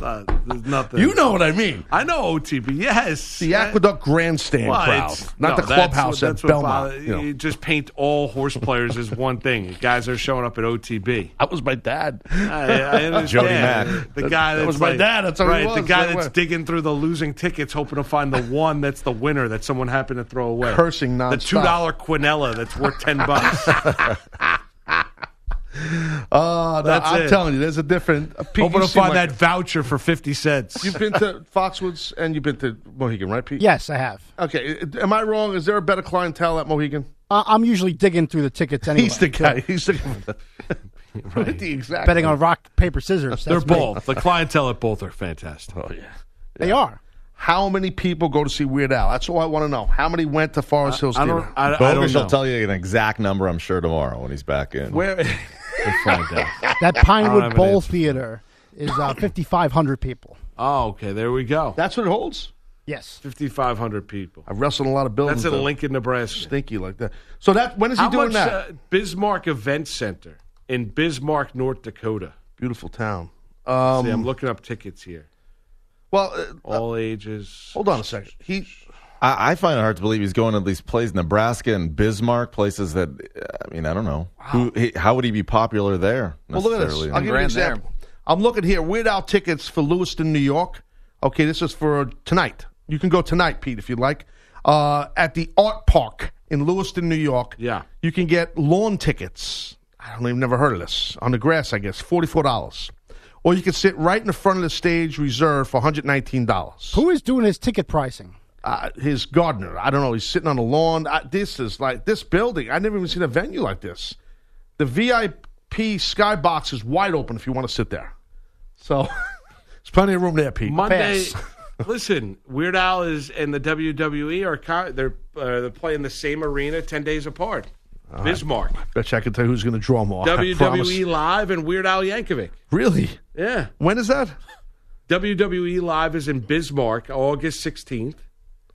Speaker 3: there's nothing.
Speaker 4: You know what I mean.
Speaker 3: I know OTB. Yes,
Speaker 4: The Aqueduct Grandstand
Speaker 3: Well,
Speaker 4: crowd,
Speaker 3: it's-
Speaker 4: not
Speaker 3: no,
Speaker 4: the
Speaker 3: that's what-
Speaker 4: clubhouse
Speaker 3: that's
Speaker 4: at
Speaker 3: what
Speaker 4: Belmont.
Speaker 3: bother-
Speaker 4: you know.
Speaker 3: you just paint all horse players as one thing. The Guys are showing up at OTB.
Speaker 4: [LAUGHS] That was my dad.
Speaker 3: I,
Speaker 4: [LAUGHS]
Speaker 3: I understand.
Speaker 9: Jody Mack.
Speaker 3: The guy
Speaker 4: that
Speaker 3: that's
Speaker 4: was my
Speaker 3: like-
Speaker 4: dad, that's how he
Speaker 3: right.
Speaker 4: was,
Speaker 3: The guy
Speaker 4: that
Speaker 3: that's
Speaker 4: way.
Speaker 3: digging through the losing tickets, hoping to find the one that's the winner that someone happened to throw away.
Speaker 4: Cursing
Speaker 3: The
Speaker 4: nonstop.
Speaker 3: two dollar quinella that's worth
Speaker 4: [LAUGHS]
Speaker 3: ten bucks.
Speaker 4: Uh, no,
Speaker 3: That's
Speaker 4: I'm
Speaker 3: it.
Speaker 4: telling you, there's a different. Uh, Pete,
Speaker 3: hoping
Speaker 4: you
Speaker 3: to
Speaker 4: seem
Speaker 3: find
Speaker 4: like- [LAUGHS]
Speaker 3: that voucher for fifty cents.
Speaker 4: You've been to Foxwoods and you've been to Mohegan, right, Pete?
Speaker 5: yes, I have.
Speaker 4: Okay, am I wrong? Is there a better clientele at Mohegan?
Speaker 5: I- I'm usually digging through the tickets anyway.
Speaker 4: He's the guy. [LAUGHS] He's the, right. the exact.
Speaker 5: betting on rock, paper, scissors.
Speaker 3: They're
Speaker 5: That's me.
Speaker 3: both. The clientele at both are fantastic. Oh yeah.
Speaker 5: They are.
Speaker 4: How many people go to see Weird Al? That's all I want to know. How many went to Forest Hills
Speaker 3: I
Speaker 4: Theater?
Speaker 3: don't. I, I don't
Speaker 9: Bogus will
Speaker 3: know.
Speaker 9: tell you an exact number, I'm sure, tomorrow when he's back in.
Speaker 4: Where?
Speaker 3: We'll find out. have
Speaker 5: That Pinewood
Speaker 3: an
Speaker 5: Bowl
Speaker 3: answer for
Speaker 5: Theater
Speaker 4: [LAUGHS]
Speaker 5: is uh, 5,500 people.
Speaker 3: [LAUGHS] Oh, okay. There we go.
Speaker 4: That's what it holds.
Speaker 5: Yes.
Speaker 3: Fifty five hundred people.
Speaker 4: I wrestled in a lot of buildings.
Speaker 3: That's in
Speaker 4: though.
Speaker 3: Lincoln, Nebraska.
Speaker 4: Stinky like that. So that when is he
Speaker 3: How
Speaker 4: doing
Speaker 3: much
Speaker 4: that?
Speaker 3: Uh, Bismarck Event Center in Bismarck, North Dakota?
Speaker 4: Beautiful town.
Speaker 3: See,
Speaker 4: Um,
Speaker 3: I'm looking up tickets here.
Speaker 4: well, uh,
Speaker 3: All ages.
Speaker 4: hold on a second. He
Speaker 9: I, I find it hard to believe he's going to these places, Nebraska and Bismarck, places that uh, I mean, I don't know who. He, how would he be popular there?
Speaker 4: Well, look at this. I'll give you an
Speaker 6: Grand there.
Speaker 4: example. I'm looking here. Weird Al tickets for Lewiston, New York. Okay, this is for tonight. You can go tonight, Pete, if you'd like. Uh, at the Art Park in Lewiston, New York.
Speaker 3: Yeah.
Speaker 4: You can get lawn tickets. I don't even never heard of this. On the grass, I guess. $44. Or you can sit right in the front of the stage reserved for $119.
Speaker 5: Who is doing his ticket pricing?
Speaker 4: Uh, his gardener, I don't know, he's sitting on the lawn. I, this is like, this building, i never even seen a venue like this. The VIP skybox is wide open if you want to sit there. So [LAUGHS] there's plenty of room there, Pete.
Speaker 3: Monday. [LAUGHS]
Speaker 5: Pass.
Speaker 3: listen, Weird Al is and the WWE are co- they're uh, they're playing the same arena ten days apart. Bismarck,
Speaker 4: Bet you I can tell you who's going to draw more. I
Speaker 3: WWE
Speaker 4: promise.
Speaker 3: Live, and Weird Al Yankovic.
Speaker 4: Really?
Speaker 3: Yeah,
Speaker 4: When is that?
Speaker 3: WWE E Live is in Bismarck, August sixteenth.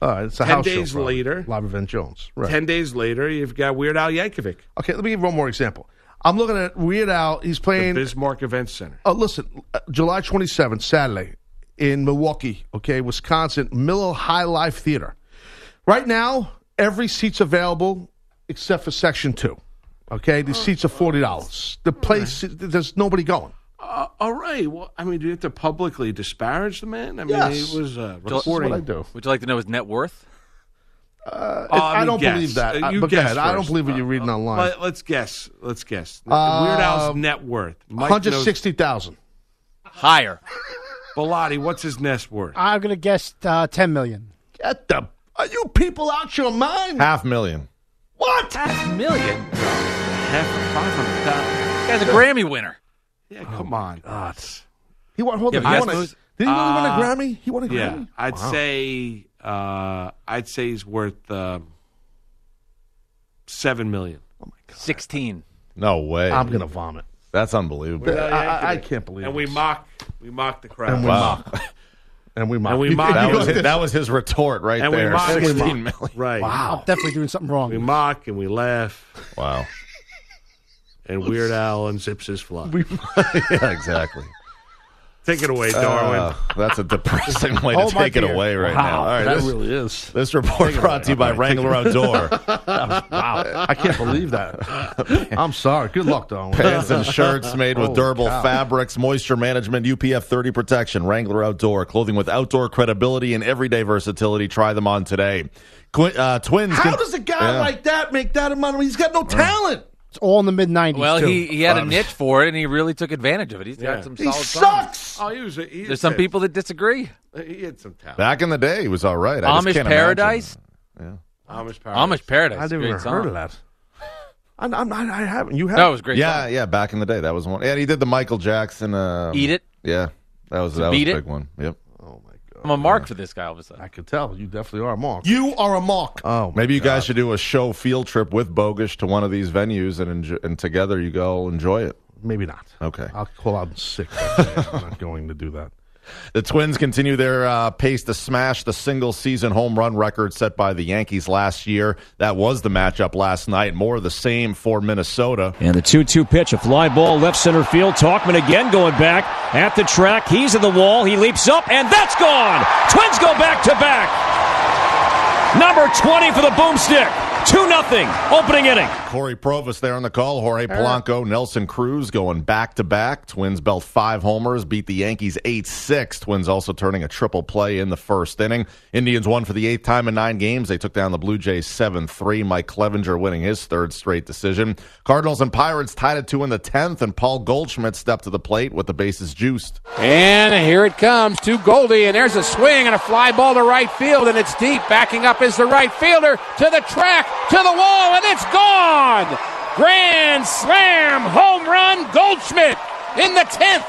Speaker 4: All right, it's a
Speaker 3: 10
Speaker 4: house show
Speaker 3: days
Speaker 4: probably.
Speaker 3: later.
Speaker 4: Live event Jones. Right.
Speaker 3: Ten days later, you've got Weird Al Yankovic,
Speaker 4: Okay, let me give one more example. I'm looking at Weird Al. He's playing
Speaker 3: Bismarck Event Center.
Speaker 4: Oh, listen, uh, July 27th, Saturday, in Milwaukee, okay, Wisconsin, Miller High Life Theater. Right now, every seat's available except for Section 2. Okay, the seats are $40. The place, there's nobody going.
Speaker 3: Uh, all right. Well, I mean, do you have to publicly disparage the man? I mean,
Speaker 4: Yes.
Speaker 3: it was uh,
Speaker 6: That's
Speaker 4: That's
Speaker 3: recording.
Speaker 4: what I do.
Speaker 6: Would you like to know his net worth?
Speaker 3: Oh,
Speaker 4: I
Speaker 3: mean,
Speaker 4: don't
Speaker 3: guess.
Speaker 4: believe that.
Speaker 3: Uh,
Speaker 4: I-
Speaker 3: you
Speaker 4: but go
Speaker 3: guess
Speaker 4: ahead. I don't
Speaker 3: first. Uh,
Speaker 4: believe what you're reading online.
Speaker 3: Let, us guess. Let's guess. The- the Weird Al's net worth. Mike knows-
Speaker 4: 160000
Speaker 6: Higher.
Speaker 3: Bilotti, what's his net worth?
Speaker 5: I'm going to guess uh, 10 million.
Speaker 4: Get the. Are you people out your mind?
Speaker 9: half million.
Speaker 4: What?
Speaker 6: Half million.
Speaker 3: Half of 500,000.
Speaker 6: Guy's a Grammy winner.
Speaker 3: Yeah, come on.
Speaker 4: He won, hold
Speaker 6: Yeah,
Speaker 4: on.
Speaker 6: but
Speaker 4: He
Speaker 6: that's
Speaker 4: won a, did
Speaker 6: who's-
Speaker 4: he really win a Grammy? He won a
Speaker 3: Yeah,
Speaker 4: Grammy?
Speaker 3: I'd say uh, I'd say he's worth um, seven million.
Speaker 6: 16.
Speaker 9: No way.
Speaker 4: I'm going to vomit.
Speaker 9: That's unbelievable.
Speaker 4: I, I, I can't believe
Speaker 3: And we
Speaker 4: this.
Speaker 3: mock, we mock the crowd. And
Speaker 9: wow.
Speaker 4: [LAUGHS] And we mocked.
Speaker 3: we
Speaker 4: You-
Speaker 3: mocked
Speaker 4: you
Speaker 9: That
Speaker 3: him.
Speaker 9: was
Speaker 4: know,
Speaker 9: his, that was his retort right
Speaker 3: And we
Speaker 9: there.
Speaker 3: mocked him.
Speaker 9: Sixteen million.
Speaker 3: Right.
Speaker 5: I'm definitely doing something
Speaker 3: We
Speaker 5: wrong.
Speaker 3: mock and we laugh,
Speaker 4: [LAUGHS]
Speaker 9: Wow.
Speaker 3: and Weird Al unzips his fly.
Speaker 4: [LAUGHS]
Speaker 9: yeah, exactly.
Speaker 3: Take it away, Darwin.
Speaker 9: Uh, that's a depressing way
Speaker 5: Oh,
Speaker 9: to
Speaker 5: my
Speaker 9: take it
Speaker 5: dear.
Speaker 9: away right now. All right,
Speaker 4: that
Speaker 9: this,
Speaker 4: really is.
Speaker 9: this report brought to you by
Speaker 4: [LAUGHS]
Speaker 9: Wrangler Outdoor.
Speaker 4: Wow, [LAUGHS] I can't believe that. I'm sorry. Good luck, Don.
Speaker 9: Pants [LAUGHS] and shirts made with
Speaker 4: Oh,
Speaker 9: durable
Speaker 4: God.
Speaker 9: fabrics, moisture management, UPF 30 protection, Wrangler Outdoor, clothing with outdoor credibility and everyday versatility. Try them on today. Qu- uh, twins.
Speaker 4: How
Speaker 9: can-
Speaker 4: does a guy
Speaker 9: Yeah.
Speaker 4: like that make that amount of money? He's got no talent.
Speaker 5: It's all in the mid '90s.
Speaker 6: Well,
Speaker 5: too.
Speaker 6: he, he had a
Speaker 9: Um,
Speaker 6: niche for it, and he really took advantage of it. He's
Speaker 3: Yeah.
Speaker 6: got some
Speaker 4: He
Speaker 6: solid songs.
Speaker 4: sucks.
Speaker 3: oh, he was. A, he
Speaker 6: There's some
Speaker 3: had-
Speaker 6: people that disagree.
Speaker 3: He had some talent.
Speaker 9: Back in the day, he was all right. I just
Speaker 6: Amish
Speaker 9: can't
Speaker 6: Paradise.
Speaker 3: Amish power.
Speaker 6: Amish Paradise.
Speaker 4: I
Speaker 6: is a
Speaker 4: never
Speaker 6: great
Speaker 4: even
Speaker 6: song.
Speaker 4: heard of that. I, I'm, I, I haven't. You
Speaker 6: That
Speaker 4: have.
Speaker 6: was a great.
Speaker 9: Imagine. Yeah,
Speaker 6: song.
Speaker 9: yeah. Back in the day, that was one. And he did the Michael Jackson. Um,
Speaker 6: Eat it.
Speaker 9: Yeah, that was that was a
Speaker 6: Beat
Speaker 9: big
Speaker 6: It.
Speaker 9: one. Yep.
Speaker 4: oh my god!
Speaker 6: I'm a mark for this guy all of a sudden.
Speaker 4: I could tell you definitely are a mark.
Speaker 9: You are a mock.
Speaker 4: Oh,
Speaker 9: Maybe you guys should do a show field trip with Bogish to one of these venues, and enjo- and together you go enjoy it.
Speaker 4: maybe not.
Speaker 9: Okay.
Speaker 4: I'll call out sick. [LAUGHS] I'm not going to do that.
Speaker 9: The Twins continue their uh, pace to smash the single season home run record set by the Yankees last year. That was the matchup last night. More of the same for Minnesota.
Speaker 7: And the 2 2 pitch, a fly ball left center field. Talkman again going back at the track. He's at the wall. He leaps up, and that's gone. Twins go back to back. Number 20 for the boomstick. 2 0. Opening inning.
Speaker 9: Corey Provis there on the call. Jorge Polanco, Nelson Cruz going back to back. Twins belt five homers, beat the Yankees 8 6. Twins also turning a triple play in the first inning. Indians won for the eighth time in nine games. They took down the Blue Jays 7 3. Mike Clevenger winning his third straight decision. Cardinals and Pirates tied at two in the 10th, and Paul Goldschmidt stepped to the plate with the bases juiced.
Speaker 10: And here it comes to Goldie, and there's a swing and a fly ball to right field, and it's deep. Backing up is the right fielder to the track, to the wall, and it's gone! Grand slam, home run, Goldschmidt in the 10th.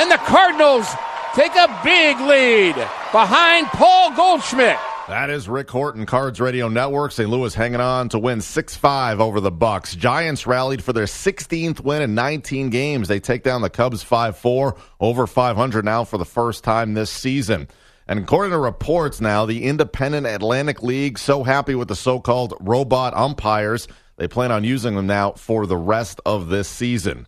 Speaker 10: And the Cardinals take a big lead behind Paul Goldschmidt.
Speaker 9: That is Rick Horton, Cards Radio Network. St. Louis hanging on to win 6-5 over the Bucks. Giants rallied for their 16th win in 19 games. They take down the Cubs 5-4, over 500 now for the first time this season. And according to reports now, the independent Atlantic League so happy with the so-called robot umpires, they plan on using them now for the rest of this season.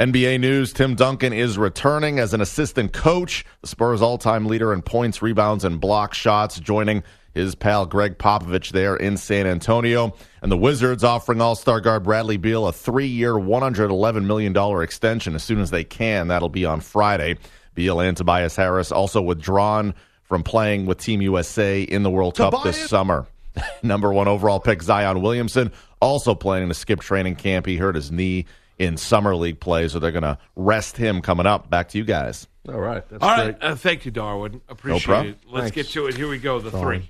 Speaker 9: NBA news Tim Duncan is returning as an assistant coach, the Spurs all time leader in points, rebounds, and block shots, joining his pal Greg Popovich there in San Antonio. And the Wizards offering all star guard Bradley Beal a three year, $111 million extension as soon as they can. That'll be on Friday. Beal and Tobias Harris also withdrawn from playing with Team USA in the World Cup this
Speaker 4: Tobias-
Speaker 9: summer. [LAUGHS] Number one overall pick Zion Williamson also planning to skip training camp. He hurt his knee in summer league play, so they're going to rest him coming up. Back to you guys.
Speaker 4: All right. That's
Speaker 3: All
Speaker 4: great.
Speaker 3: right. Uh, thank you, Darwin. Appreciate
Speaker 9: problem.
Speaker 3: it. Let's get to it. Here we go. The three.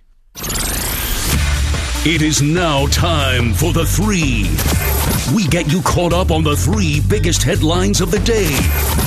Speaker 8: It is now time for the three. We get you caught up on the three biggest headlines of the day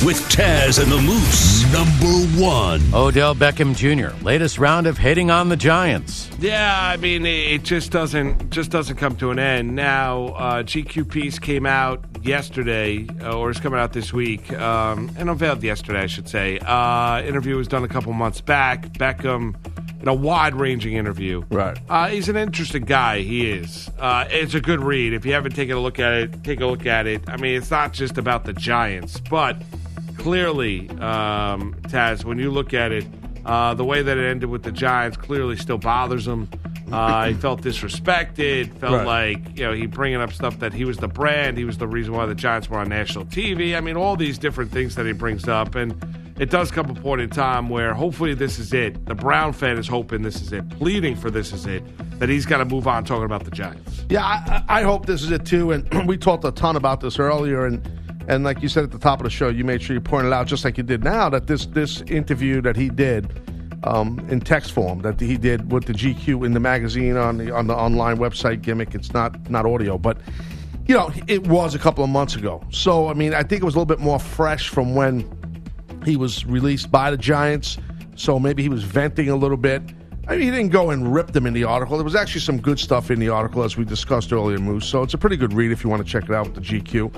Speaker 8: with Taz and the Moose. Number one.
Speaker 10: Odell Beckham Jr., latest round of hating on the Giants.
Speaker 3: Yeah, I mean, it it just doesn't just doesn't come to an end. Now, uh, GQ piece came out yesterday, uh, or is coming out this week, um, and unveiled yesterday, I should say. Uh, interview was done a couple months back. Beckham, in a wide ranging interview.
Speaker 4: Right.
Speaker 3: Uh, he's an interesting guy. He is. Uh, it's a good read. If you haven't taken a look at it, take a look at it. I mean, it's not just about the Giants, but clearly, um, Taz, when you look at it, uh, the way that it ended with the Giants clearly still bothers him. Uh, he felt disrespected. Felt like you know he bringing up stuff that he was the brand, he was the reason why the Giants were on national TV. I mean, all these different things that he brings up, and it does come a point in time where hopefully this is it. The Brown fan is hoping this is it, pleading for this is it, that he's got to move on talking about the Giants.
Speaker 4: Yeah, I, I I hope this is it too. And [CLEARS THROAT] we talked a ton about this earlier, and and like you said at the top of the show, you made sure you pointed out, just like you did now, that this this interview that he did um, in text form that he did with the GQ in the magazine on the on the online website gimmick. It's not not audio, but you know it was a couple of months ago. So I mean, I think it was a little bit more fresh from when he was released by the Giants, so maybe he was venting a little bit. I mean, he didn't go and rip them in the article. There was actually some good stuff in the article, as we discussed earlier, Moose. So it's a pretty good read if you want to check it out with the GQ,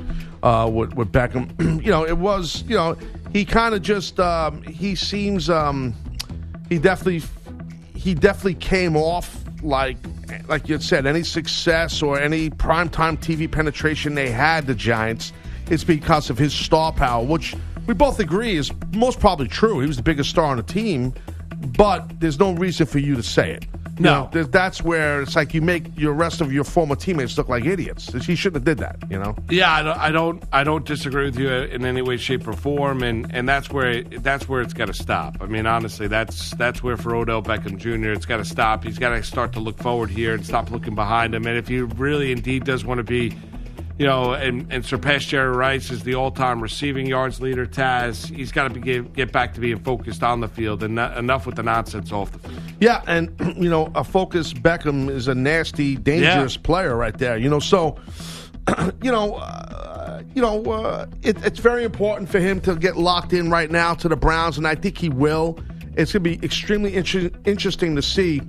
Speaker 4: uh, with, with Beckham. [CLEARS THROAT] you know, it was, you know, he kind of just, um, he seems, um, he definitely, he definitely came off like, like you had said, any success or any primetime TV penetration they had, the Giants, it's because of his star power, which we both agree is most probably true. He was the biggest star on the team, but there's no reason for you to say it. You
Speaker 3: No.
Speaker 4: know, th- that's where it's like you make your rest of your former teammates look like idiots. He shouldn't have did that. You know.
Speaker 3: Yeah, I don't, I don't, I don't disagree with you in any way, shape, or form, and, and that's where it, that's where it's got to stop. I mean, honestly, that's that's where for Odell Beckham Jr. it's got to stop. He's got to start to look forward here and stop looking behind him. And if he really indeed does want to be, you know, and, and surpass Jerry Rice as the all-time receiving yards leader, Taz, he's got to be get, get back to being focused on the field and not, enough with the nonsense off the field.
Speaker 4: Yeah, and [CLEARS THROAT] you know, a focus Beckham is a nasty, dangerous player right there. You know, so [CLEARS THROAT] you know, uh, you know, uh, it, it's very important for him to get locked in right now to the Browns, and I think he will. It's going to be extremely inter- interesting to see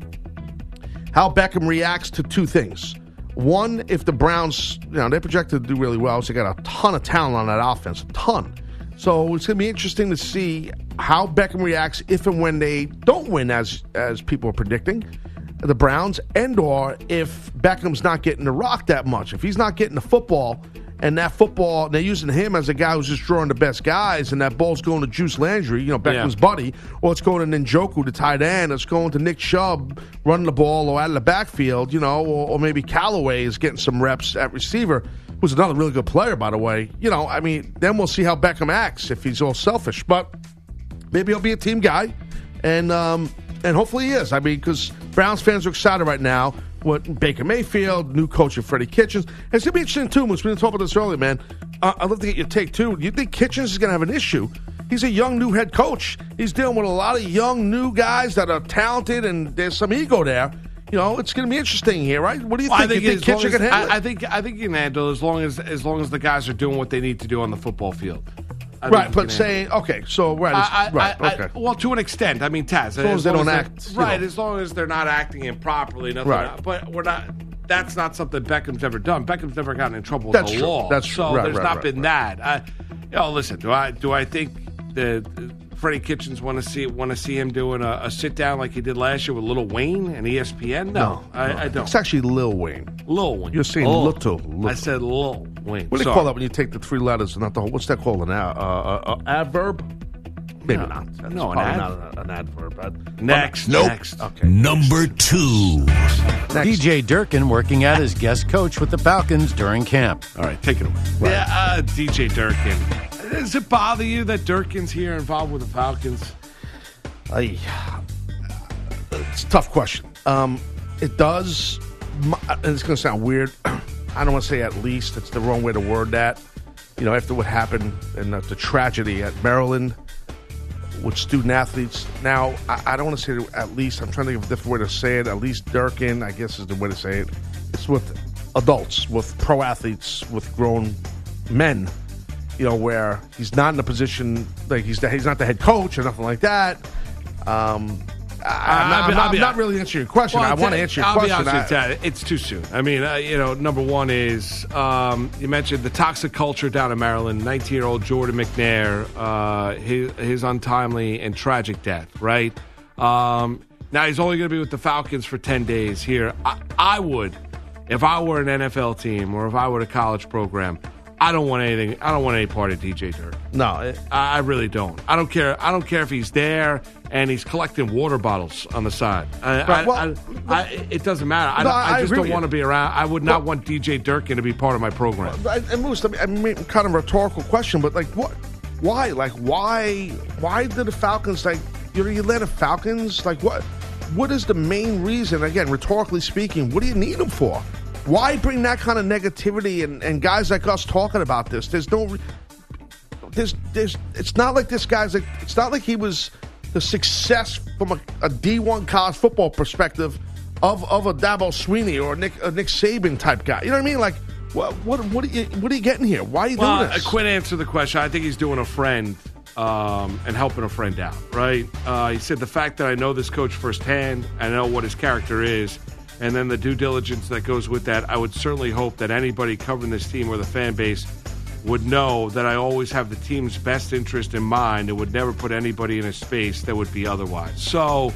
Speaker 4: how Beckham reacts to two things. One, if the Browns, you know, they projected to do really well, so they got a ton of talent on that offense, a ton. So it's going to be interesting to see how Beckham reacts if and when they don't win, as as people are predicting, the Browns, and or if Beckham's not getting the rock that much, if he's not getting the football, and that football, they're using him as a guy who's just drawing the best guys, and that ball's going to Juice Landry, you know, Beckham's
Speaker 3: Yeah.
Speaker 4: buddy, or it's going to Njoku, the tight end, it's going to Nick Chubb running the ball or out of the backfield, you know, or, or maybe Callaway is getting some reps at receiver, who's another really good player, by the way. You know, I mean, then we'll see how Beckham acts if he's all selfish, but maybe he'll be a team guy, and um, and hopefully he is. I mean, because Browns fans are excited right now. What Baker Mayfield, new coach of Freddie Kitchens, and it's gonna be interesting too. Once we didn't talk about this earlier, man. Uh, I'd love to get your take too. You think Kitchens is gonna have an issue? He's a young new head coach. He's dealing with a lot of young new guys that are talented, and there's some ego there. You know, it's gonna be interesting here, right? What do you
Speaker 3: Well,
Speaker 4: think? you think
Speaker 3: as long
Speaker 4: Kitchens
Speaker 3: as-
Speaker 4: can handle
Speaker 3: I,
Speaker 4: it?
Speaker 3: I think I think you can handle it as long as as long as the guys are doing what they need to do on the football field. I think
Speaker 4: right,
Speaker 3: you can
Speaker 4: but
Speaker 3: handle it.
Speaker 4: saying okay, so right, it's-
Speaker 3: I, I,
Speaker 4: right,
Speaker 3: I,
Speaker 4: okay.
Speaker 3: I, well, to an extent. I mean, Taz. As
Speaker 4: long as they don't
Speaker 3: they're-
Speaker 4: act, you
Speaker 3: Right.
Speaker 4: know.
Speaker 3: As long as they're not acting improperly. Nothing.
Speaker 4: Right.
Speaker 3: But we're not. That's not something Beckham's ever done. Beckham's never gotten in trouble
Speaker 4: That's
Speaker 3: with the
Speaker 4: true.
Speaker 3: law.
Speaker 4: That's true.
Speaker 3: so
Speaker 4: Right,
Speaker 3: there's
Speaker 4: right,
Speaker 3: not
Speaker 4: right,
Speaker 3: been that. I, you know, listen. Do I do I think the Freddie Kitchens want to see want to see him doing a, a sit down like he did last year with Little Wayne and E ESPN? No, I, I don't.
Speaker 4: It's actually Lil Wayne.
Speaker 3: Lil Wayne.
Speaker 4: You're saying
Speaker 3: Lil.
Speaker 4: little, little.
Speaker 3: I said Lil Wayne.
Speaker 4: What
Speaker 3: Sorry.
Speaker 4: do they call that when you take the three letters and not the whole? What's that called? An a- uh, uh, uh, adverb? Maybe
Speaker 3: No.
Speaker 4: not. That's
Speaker 3: No, an adverb.
Speaker 4: probably
Speaker 3: Uh,
Speaker 4: not an, an adverb. but-
Speaker 3: Next.
Speaker 4: Nope.
Speaker 3: Next.
Speaker 4: Okay.
Speaker 8: Number two.
Speaker 4: uh, Next.
Speaker 11: DJ Durkin working out as guest coach with the Falcons during camp.
Speaker 3: All right, take it away. Yeah, uh, DJ Durkin. Does it bother you that Durkin's here involved with the Falcons?
Speaker 4: Ay. It's a tough question. Um, it does. my- and It's going to sound weird. [CLEARS THROAT] I don't want to say at least. It's the wrong way to word that. You know, after what happened and the, the tragedy at Maryland with student athletes. Now, I, I don't want to say at least. I'm trying to think of a different way to say it. At least Durkin, I guess, is the way to say it. It's with adults, with pro athletes, with grown men. You know, where he's not in a position like he's the, he's not the head coach or nothing like that. Um, I, am not,
Speaker 3: I'll be-
Speaker 4: I'm not-
Speaker 3: I'll be-
Speaker 4: I'm not really answering your question. I want to answer your
Speaker 3: I'll
Speaker 4: question.
Speaker 3: Be honest
Speaker 4: I-
Speaker 3: with you, Ted, it's too soon. I mean, uh, you know, number one is um, you mentioned the toxic culture down in Maryland. Nineteen-year-old Jordan McNair, uh, his, his untimely and tragic death. Right um, now, he's only going to be with the Falcons for ten days. Here, I, I would, if I were an NFL team or if I were a college program, I don't want anything. I don't want any part of DJ Dirt.
Speaker 4: no, it-
Speaker 3: I I really don't. I don't care. I don't care if he's there and he's collecting water bottles on the side. I, I,
Speaker 4: Right, well-
Speaker 3: I, I, it doesn't matter. I,
Speaker 4: No,
Speaker 3: don't- I
Speaker 4: I
Speaker 3: just
Speaker 4: agree
Speaker 3: don't
Speaker 4: with
Speaker 3: want to be
Speaker 4: you.
Speaker 3: around. I would not want DJ Durkin to be part of my program.
Speaker 4: I- and Moose, I mean, I mean, kind of rhetorical question, but like, what? Why? Like, why? Why did the Falcons like? You know, the Atlanta Falcons. Like, what? What is the main reason? Again, rhetorically speaking, what do you need them for? Why bring that kind of negativity and, and guys like us talking about this? There's no. Re- there's there's it's not like this guy's like it's not like he was the success from a, a D1 college football perspective of of a Dabo Sweeney or a Nick a Nick Saban type guy. You know what I mean? Like what what what are you what are you getting here? Why are you
Speaker 3: Well,
Speaker 4: doing
Speaker 3: I
Speaker 4: this?
Speaker 3: quit answer the question. I think he's doing a friend um, and helping a friend out, right? Uh, he said the fact that I know this coach firsthand, I know what his character is, and then the due diligence that goes with that. I would certainly hope that anybody covering this team or the fan base would know that I always have the team's best interest in mind and would never put anybody in a space that would be otherwise. So.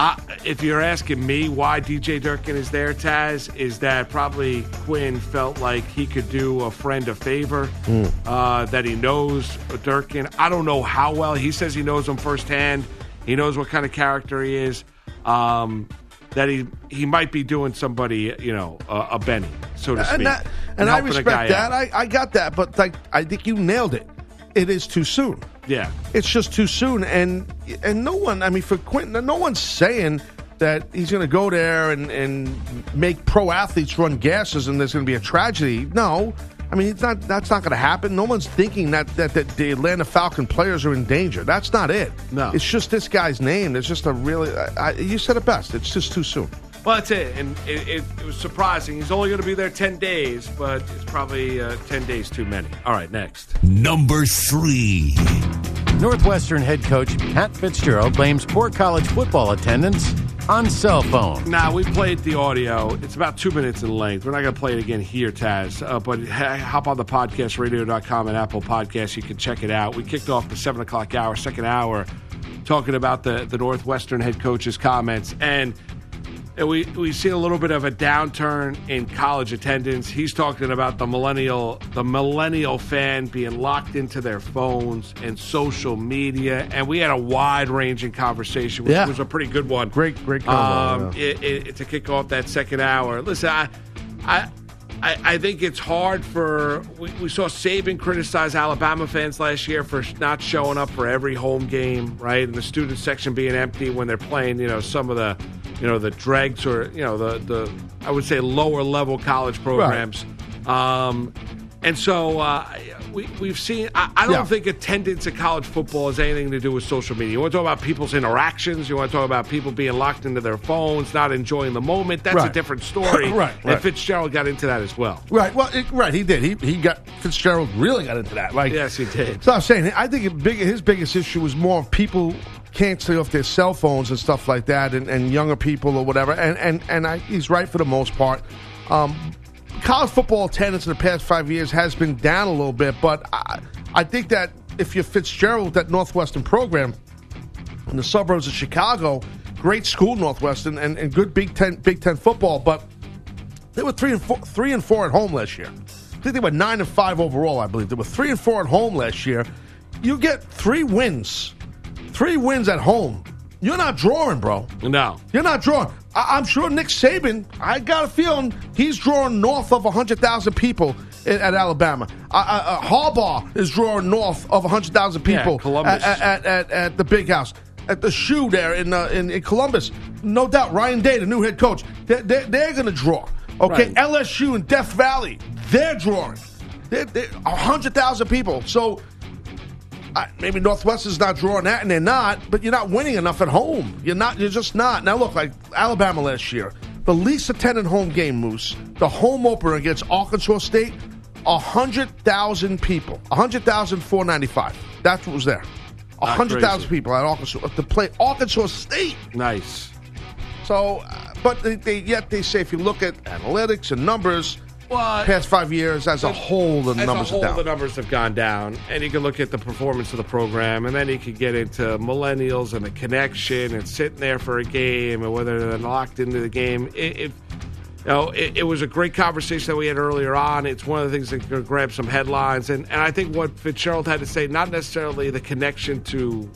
Speaker 3: I, if you're asking me why DJ Durkin is there, Taz, is that probably Quinn felt like he could do a friend a favor,
Speaker 4: Hmm.
Speaker 2: Mm.
Speaker 3: uh, that he knows Durkin. I don't know how well. He says he knows him firsthand. He knows what kind of character he is. Um, that he he might be doing somebody, you know, a, a Benny, so to speak.
Speaker 4: and, that, and I
Speaker 3: helping a guy
Speaker 4: respect
Speaker 3: out.
Speaker 4: that. I, I got that, but like I think you nailed it. It is too soon.
Speaker 3: yeah.
Speaker 4: It's just too soon, and and no one. I mean, for Quentin, no one's saying that he's going to go there and and make pro athletes run gases, and there's going to be a tragedy. No. I mean, it's not. That's not going to happen. No one's thinking that, that that the Atlanta Falcon players are in danger. That's not it. No, it's just this guy's name. It's just a really. I, I, you said it best. It's just too soon.
Speaker 3: Well, that's it. And it, it, it was surprising. He's only going to be there 10 days, but it's probably uh, 10 days too many. All right, next.
Speaker 8: Number three.
Speaker 11: Northwestern head coach Pat Fitzgerald blames poor college football attendance on cell phone.
Speaker 3: Now, we played the audio. It's about two minutes in length. We're not going to play it again here, Taz. Uh, but ha- hop on the podcast, radio.com and Apple Podcasts. You can check it out. We kicked off the 7 o'clock hour, second hour, talking about the, the Northwestern head coach's comments. And And we we see a little bit of a downturn in college attendance. He's talking about the millennial the millennial fan being locked into their phones and social media. And we had a wide ranging conversation, which
Speaker 4: Yeah.
Speaker 3: was a pretty good one. Great,
Speaker 4: great combo,
Speaker 3: um,
Speaker 4: yeah.
Speaker 3: it, it, to kick off that second hour. Listen, I, I, I, I think it's hard for. We, we saw Saban criticize Alabama fans last year for not showing up for every home game, right? And the student section being empty when they're playing, you know, some of the, you know, the dregs or you know the the I would say lower level college programs. Um, and so uh, we, we've seen, I, I don't
Speaker 4: Yeah.
Speaker 3: think attendance at college football has anything to do with social media. You want to talk about people's interactions, you want to talk about people being locked into their phones, not enjoying the moment. That's a
Speaker 4: Right. [LAUGHS]
Speaker 3: different story.
Speaker 4: Right,
Speaker 3: And
Speaker 4: right.
Speaker 3: Fitzgerald got into that as well.
Speaker 4: Right. Well, it, right. He did. He he got Fitzgerald really got into that. Like
Speaker 3: yes, he did.
Speaker 4: So I'm saying, I think it big, his biggest issue was more of people can't stay off their cell phones and stuff like that, and, and younger people or whatever. And and and I, he's right for the most part. Um, college football attendance in the past five years has been down a little bit, but I, I think that if you're Fitzgerald, that Northwestern program in the suburbs of Chicago, great school Northwestern, and, and good Big Ten Big Ten football, but they were three and four, three and four at home last year. I think they were nine and five overall. I believe they were three and four at home last year. You get three wins, three wins at home. You're not drawing, bro.
Speaker 3: No.
Speaker 4: You're not drawing. I- I'm sure Nick Saban. I got a feeling he's drawing north of hundred thousand people i- at Alabama. Uh, uh, uh, Harbaugh is drawing north of hundred thousand
Speaker 3: Yeah,
Speaker 4: people
Speaker 3: Columbus.
Speaker 4: at, at, at, at the big house, at the shoe there in, uh, in in Columbus. No doubt, Ryan Day, the new head coach, they're, they're, they're going to draw. Okay,
Speaker 3: Right.
Speaker 4: LSU and Death Valley, they're drawing. They're, they're 100,000 people. So I, maybe Northwestern's not drawing that, and they're not, but you're not winning enough at home. You're not. You're just not. Now look, like Alabama last year, the least attended home game, Moose, the home opener against Arkansas State, hundred thousand people, hundred thousand four ninety five. That's what was there.
Speaker 3: Not
Speaker 4: hundred thousand
Speaker 3: crazy.
Speaker 4: people at Arkansas uh, to play Arkansas State.
Speaker 3: Nice.
Speaker 4: So, uh, but they, they yet they say if you look at analytics and numbers,
Speaker 3: Well,
Speaker 4: past five years as a whole, the
Speaker 3: As
Speaker 4: numbers
Speaker 3: a whole,
Speaker 4: are down.
Speaker 3: the numbers have gone down, and you can look at the performance of the program, and then you can get into millennials and the connection and sitting there for a game and whether they're locked into the game. I- If you know, it, it was a great conversation that we had earlier on. It's one of the things that could grab some headlines, and, and I think what Fitzgerald had to say, not necessarily the connection to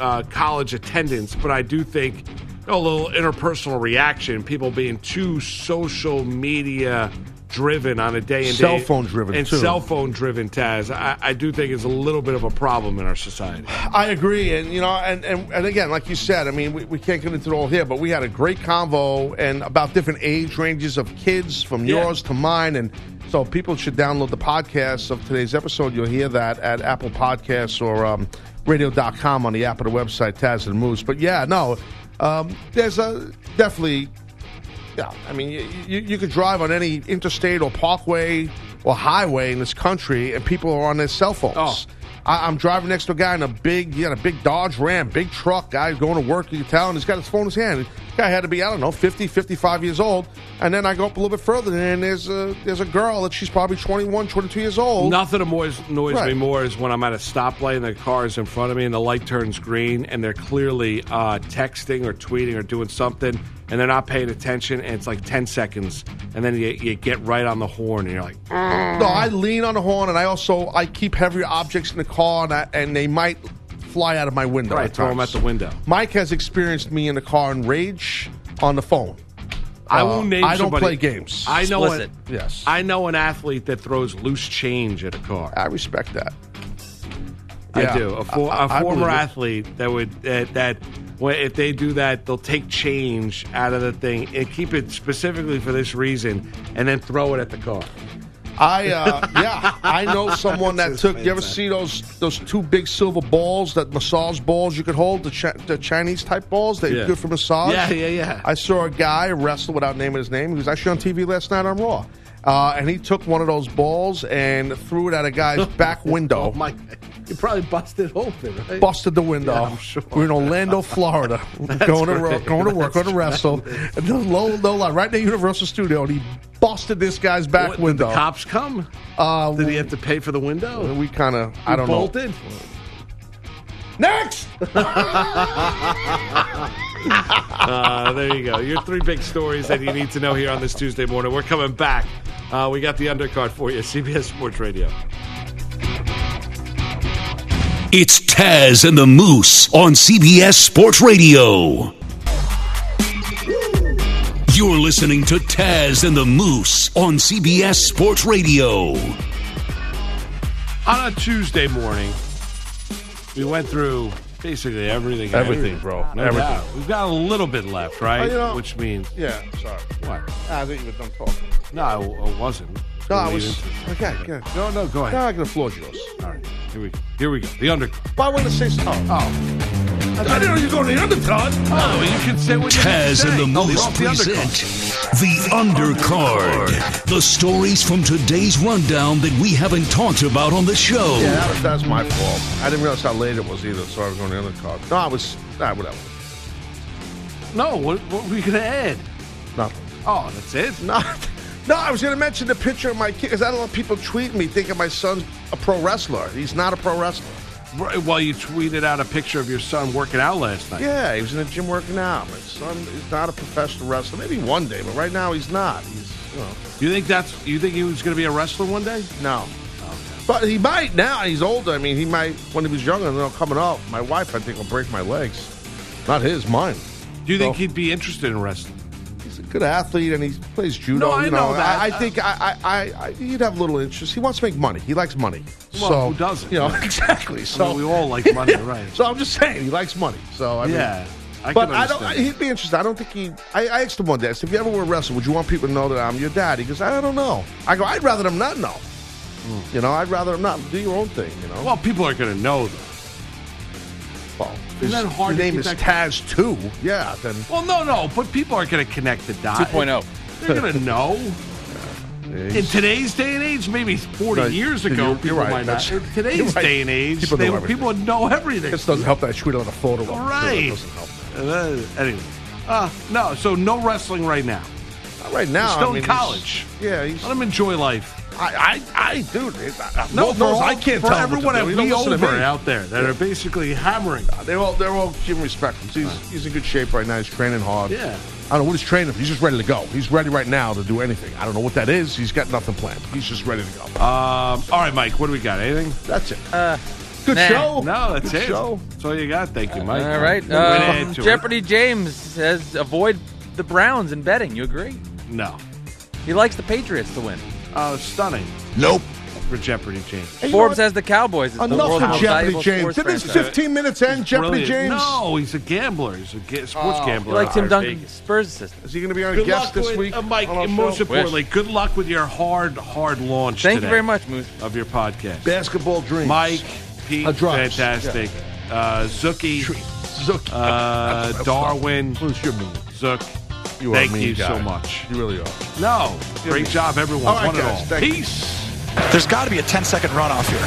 Speaker 3: uh, college attendance, but I do think a little interpersonal reaction, people being too social media driven on a day and
Speaker 4: Cell phone driven,
Speaker 3: and
Speaker 4: too.
Speaker 3: cell phone driven. Taz, I, I do think is a little bit of a problem in our society.
Speaker 4: I agree, and you know, and, and, and again, like you said, I mean, we, we can't get into it all here, but we had a great convo and about different age ranges of kids, from
Speaker 3: Yeah.
Speaker 4: yours to mine, and so people should download the podcast of today's episode. You'll hear that at Apple Podcasts or um, Radio.com on the app or the website Taz and Moose. But yeah, no, um, there's a definitely yeah, I mean, you, you, you could drive on any interstate or parkway or highway in this country, and people are on their cell phones. I, I'm driving next to a guy in a big, he had a big Dodge Ram, big truck. Guy going to work, you can tell, and he's got his phone in his hand. Guy had to be, I don't know, 50, 55 years old. And then I go up a little bit further, and there's a, there's a girl that she's probably 21, 22 years old.
Speaker 3: Nothing annoys, annoys me
Speaker 4: Right.
Speaker 3: more is when I'm at a stoplight and the car is in front of me and the light turns green and they're clearly uh, texting or tweeting or doing something and they're not paying attention and it's like 10 seconds and then you, you get right on the horn and you're like,
Speaker 4: No, I lean on the horn, and I also I keep heavier objects in the car, and, I, and they might fly out of my window.
Speaker 3: Right,
Speaker 4: at
Speaker 3: throw 'em
Speaker 4: times.
Speaker 3: out the window.
Speaker 4: Mike has experienced me in the car and rage on the phone.
Speaker 3: I
Speaker 4: Uh,
Speaker 3: won't name
Speaker 4: I don't
Speaker 3: somebody-
Speaker 4: play games.
Speaker 3: I know
Speaker 4: Explicit.
Speaker 3: it. Yes. I know an athlete that throws loose change at a car.
Speaker 4: I respect that.
Speaker 3: I
Speaker 4: Uh, Yeah.
Speaker 3: do. A, for,
Speaker 4: I- I-
Speaker 3: a
Speaker 4: I
Speaker 3: former
Speaker 4: believe it.
Speaker 3: athlete that would that, that when, if they do that, they'll take change out of the thing and keep it specifically for this reason, and then throw it at the car. [LAUGHS]
Speaker 4: I uh, yeah, I know someone that
Speaker 3: That's
Speaker 4: took. You ever
Speaker 3: amazing.
Speaker 4: see those those two big silver balls that massage balls you could hold the chi- the Chinese type balls that
Speaker 3: Yeah.
Speaker 4: you're good for massage?
Speaker 3: Yeah, yeah, yeah.
Speaker 4: I saw a guy a wrestler without naming his name. He was actually on TV last night on Raw. Uh, and he took one of those balls and threw it at
Speaker 3: [LAUGHS]
Speaker 4: a guy's [LAUGHS] back
Speaker 3: Oh,
Speaker 4: window.
Speaker 3: my! You probably busted open. Right?
Speaker 4: Busted the window.
Speaker 3: Yeah, I'm sure.
Speaker 4: We're in Orlando,
Speaker 3: [LAUGHS]
Speaker 4: Florida, going to ro-
Speaker 3: great.
Speaker 4: going to work, going to wrestle, and the low, low light right near Universal Studio, and he busted this guy's back
Speaker 3: What,
Speaker 4: window.
Speaker 3: Did the cops come?
Speaker 4: Uh,
Speaker 3: Did he have to pay for the window?
Speaker 4: we kind of
Speaker 3: You
Speaker 4: I don't know.
Speaker 3: bolted?
Speaker 4: Next.
Speaker 3: Uh, there you go. Your three big stories that you need to know here on this Tuesday morning. We're coming back. Uh, we got the undercard for you. [LAUGHS] CBS Sports Radio.
Speaker 8: It's Taz and the Moose on CBS Sports Radio. You're listening to Taz and the Moose on CBS Sports Radio.
Speaker 3: On a Tuesday morning, we went through basically everything.
Speaker 4: Everything, bro.
Speaker 3: No
Speaker 4: Everything.
Speaker 3: doubt. We've got a little bit left, right?
Speaker 4: Oh, you know-
Speaker 3: Which means
Speaker 4: Yeah, sorry.
Speaker 3: what?
Speaker 4: Ah, I think you were done talking.
Speaker 3: No, I, I wasn't.
Speaker 4: No, I
Speaker 3: We
Speaker 4: was.
Speaker 3: didn't-
Speaker 4: Okay, good.
Speaker 3: No, no, go
Speaker 4: Now
Speaker 3: ahead.
Speaker 4: I can applaud yours.
Speaker 3: All right, here we go. Here we go. The undercard.
Speaker 4: Why would I say so? Oh. I didn't know you were going to the undercard.
Speaker 3: Oh, you can say what you
Speaker 8: Taz
Speaker 3: can say.
Speaker 8: and the
Speaker 3: Oh, we're
Speaker 8: Moose
Speaker 3: off the undercard.
Speaker 8: present the undercard. The stories from today's rundown that we haven't talked about on the show.
Speaker 4: Yeah, that was, that's my fault. I didn't realize how late it was either, so I was going to the undercard. No, I was. Nah, whatever.
Speaker 3: No, what, what were we gonna add?
Speaker 4: Nothing.
Speaker 3: Oh, that's
Speaker 4: [LAUGHS]
Speaker 3: it.
Speaker 4: No, no, I was going to mention the picture of my kid because I don't want people tweeting me thinking my son's a pro wrestler. He's not a pro wrestler.
Speaker 3: Right, Well, you tweeted out a picture of your son working out last night.
Speaker 4: Yeah, he was in the gym working out. My son is not a professional wrestler. Maybe one day, but right now he's not. He's, you know.
Speaker 3: You think that's? You think he was gonna be a wrestler one day?
Speaker 4: No. But he might now. He's older. I mean, he might when he was younger. You know, coming up, my wife, I think, will break my legs. Not his, mine.
Speaker 3: Do you think
Speaker 4: No.
Speaker 3: he'd be interested in wrestling?
Speaker 4: He's a good athlete and he plays judo.
Speaker 3: No, I
Speaker 4: you
Speaker 3: know that.
Speaker 4: I, I think I, I, I, I, he'd have little interest. He wants to make money. He likes money.
Speaker 3: Well,
Speaker 4: so
Speaker 3: who doesn't? [LAUGHS]
Speaker 4: You know, [LAUGHS] exactly. So
Speaker 3: mean, we all like
Speaker 4: [LAUGHS]
Speaker 3: money, right.
Speaker 4: So I'm just saying, he likes money. So I mean,
Speaker 3: Yeah, I
Speaker 4: but
Speaker 3: can
Speaker 4: I don't.
Speaker 3: understand.
Speaker 4: he'd be interested. I don't think he. I, I asked him one day. I said, "If you ever were a wrestler, would you want people to know that I'm your dad?" He goes, "I don't know." I go, "I'd rather them not know."
Speaker 3: Hmm.
Speaker 4: You know, I'd rather them not do your own thing. You know,
Speaker 3: Well, people are gonna know though.
Speaker 4: well, his,
Speaker 3: that hard
Speaker 4: his
Speaker 3: to
Speaker 4: name
Speaker 3: keep
Speaker 4: is
Speaker 3: that-
Speaker 4: Taz too. Yeah, then
Speaker 3: Well, no, no, but people are going to connect the dots.
Speaker 6: 2.0.
Speaker 3: They're
Speaker 4: [LAUGHS]
Speaker 3: going to know. In
Speaker 4: he's-
Speaker 3: today's day and age, maybe 40
Speaker 4: No,
Speaker 3: years
Speaker 4: you're-
Speaker 3: ago,
Speaker 4: you're
Speaker 3: people
Speaker 4: right.
Speaker 3: might not.
Speaker 4: That's-
Speaker 3: In today's
Speaker 4: you're right.
Speaker 3: day and age, people,
Speaker 4: People
Speaker 3: they,
Speaker 4: know
Speaker 3: know,
Speaker 4: everything.
Speaker 3: people know everything.
Speaker 4: this doesn't help that I tweeted out a photo. of him, too. It
Speaker 3: right.
Speaker 4: doesn't help.
Speaker 3: Uh, anyway. Uh, no, so no wrestling right now.
Speaker 4: Not right now,
Speaker 3: Stone
Speaker 4: I mean, he's-
Speaker 3: College.
Speaker 4: Yeah, he's,
Speaker 3: Let them enjoy life.
Speaker 4: I, I, I, dude, it's, I,
Speaker 3: No,
Speaker 4: Lord
Speaker 3: for
Speaker 4: knows
Speaker 3: all-
Speaker 4: I can't
Speaker 3: for
Speaker 4: tell him what to
Speaker 3: everyone
Speaker 4: do.
Speaker 3: at
Speaker 4: He don't
Speaker 3: We
Speaker 4: listen to
Speaker 3: Over
Speaker 4: me.
Speaker 3: out there that are basically hammering.
Speaker 4: They're all, they're all giving respect. He's, he's in good shape right now. He's training hard.
Speaker 3: Yeah.
Speaker 4: I don't know what he's training for. He's just ready to go. He's ready right now to do anything. I don't know what that is. He's got nothing planned. He's just ready to go.
Speaker 3: Um, all right, Mike, what do we got? Anything?
Speaker 4: that's it. good
Speaker 6: Uh, nah.
Speaker 4: show.
Speaker 3: No, that's
Speaker 4: good
Speaker 3: it.
Speaker 4: Show.
Speaker 3: That's all you got. Thank you, Mike.
Speaker 6: All right.
Speaker 3: Way to add
Speaker 6: Um,
Speaker 3: to it.
Speaker 6: Jeopardy James says avoid the Browns in betting. You agree?
Speaker 3: No.
Speaker 6: He likes the Patriots to win.
Speaker 3: Uh, stunning
Speaker 4: Nope.
Speaker 3: for Jeopardy James.
Speaker 4: Hey, you know
Speaker 6: Forbes
Speaker 4: what?
Speaker 6: has the Cowboys. It's the
Speaker 4: Enough
Speaker 6: world's
Speaker 4: of
Speaker 6: most
Speaker 4: Jeopardy
Speaker 6: valuable
Speaker 4: James.
Speaker 6: sports
Speaker 4: Did this
Speaker 6: franchise.
Speaker 4: 15 minutes end, Jeopardy
Speaker 3: Brilliant.
Speaker 4: James?
Speaker 3: No, he's a gambler. He's a ga- sports
Speaker 6: He
Speaker 3: gambler.
Speaker 6: likes Tim
Speaker 3: Hard
Speaker 6: Duncan,
Speaker 3: Vegas.
Speaker 6: Spurs assistant.
Speaker 4: Is he going to be on
Speaker 3: Good
Speaker 4: guest
Speaker 3: luck
Speaker 4: this
Speaker 3: with,
Speaker 4: week?
Speaker 3: uh, Mike,
Speaker 4: on our
Speaker 3: and most
Speaker 4: show?
Speaker 3: importantly, good luck with your hard, hard launch.
Speaker 6: Thank
Speaker 3: today
Speaker 6: you very much, Moose.
Speaker 3: of your podcast,
Speaker 4: Basketball dreams.
Speaker 3: Mike, Pete,
Speaker 4: Uh, drugs.
Speaker 3: fantastic, uh, Zookie,
Speaker 4: Zook.
Speaker 3: [LAUGHS] uh, Darwin,
Speaker 4: Who's your move?
Speaker 3: Zook.
Speaker 4: You are
Speaker 3: Thank
Speaker 4: a mean
Speaker 3: you
Speaker 4: guy.
Speaker 3: so much.
Speaker 4: You really are.
Speaker 3: No, great job, everyone.
Speaker 4: All right,
Speaker 3: One and
Speaker 4: guys.
Speaker 3: all.
Speaker 4: Thank you.
Speaker 3: Peace.
Speaker 2: There's got to be a 10 second runoff here.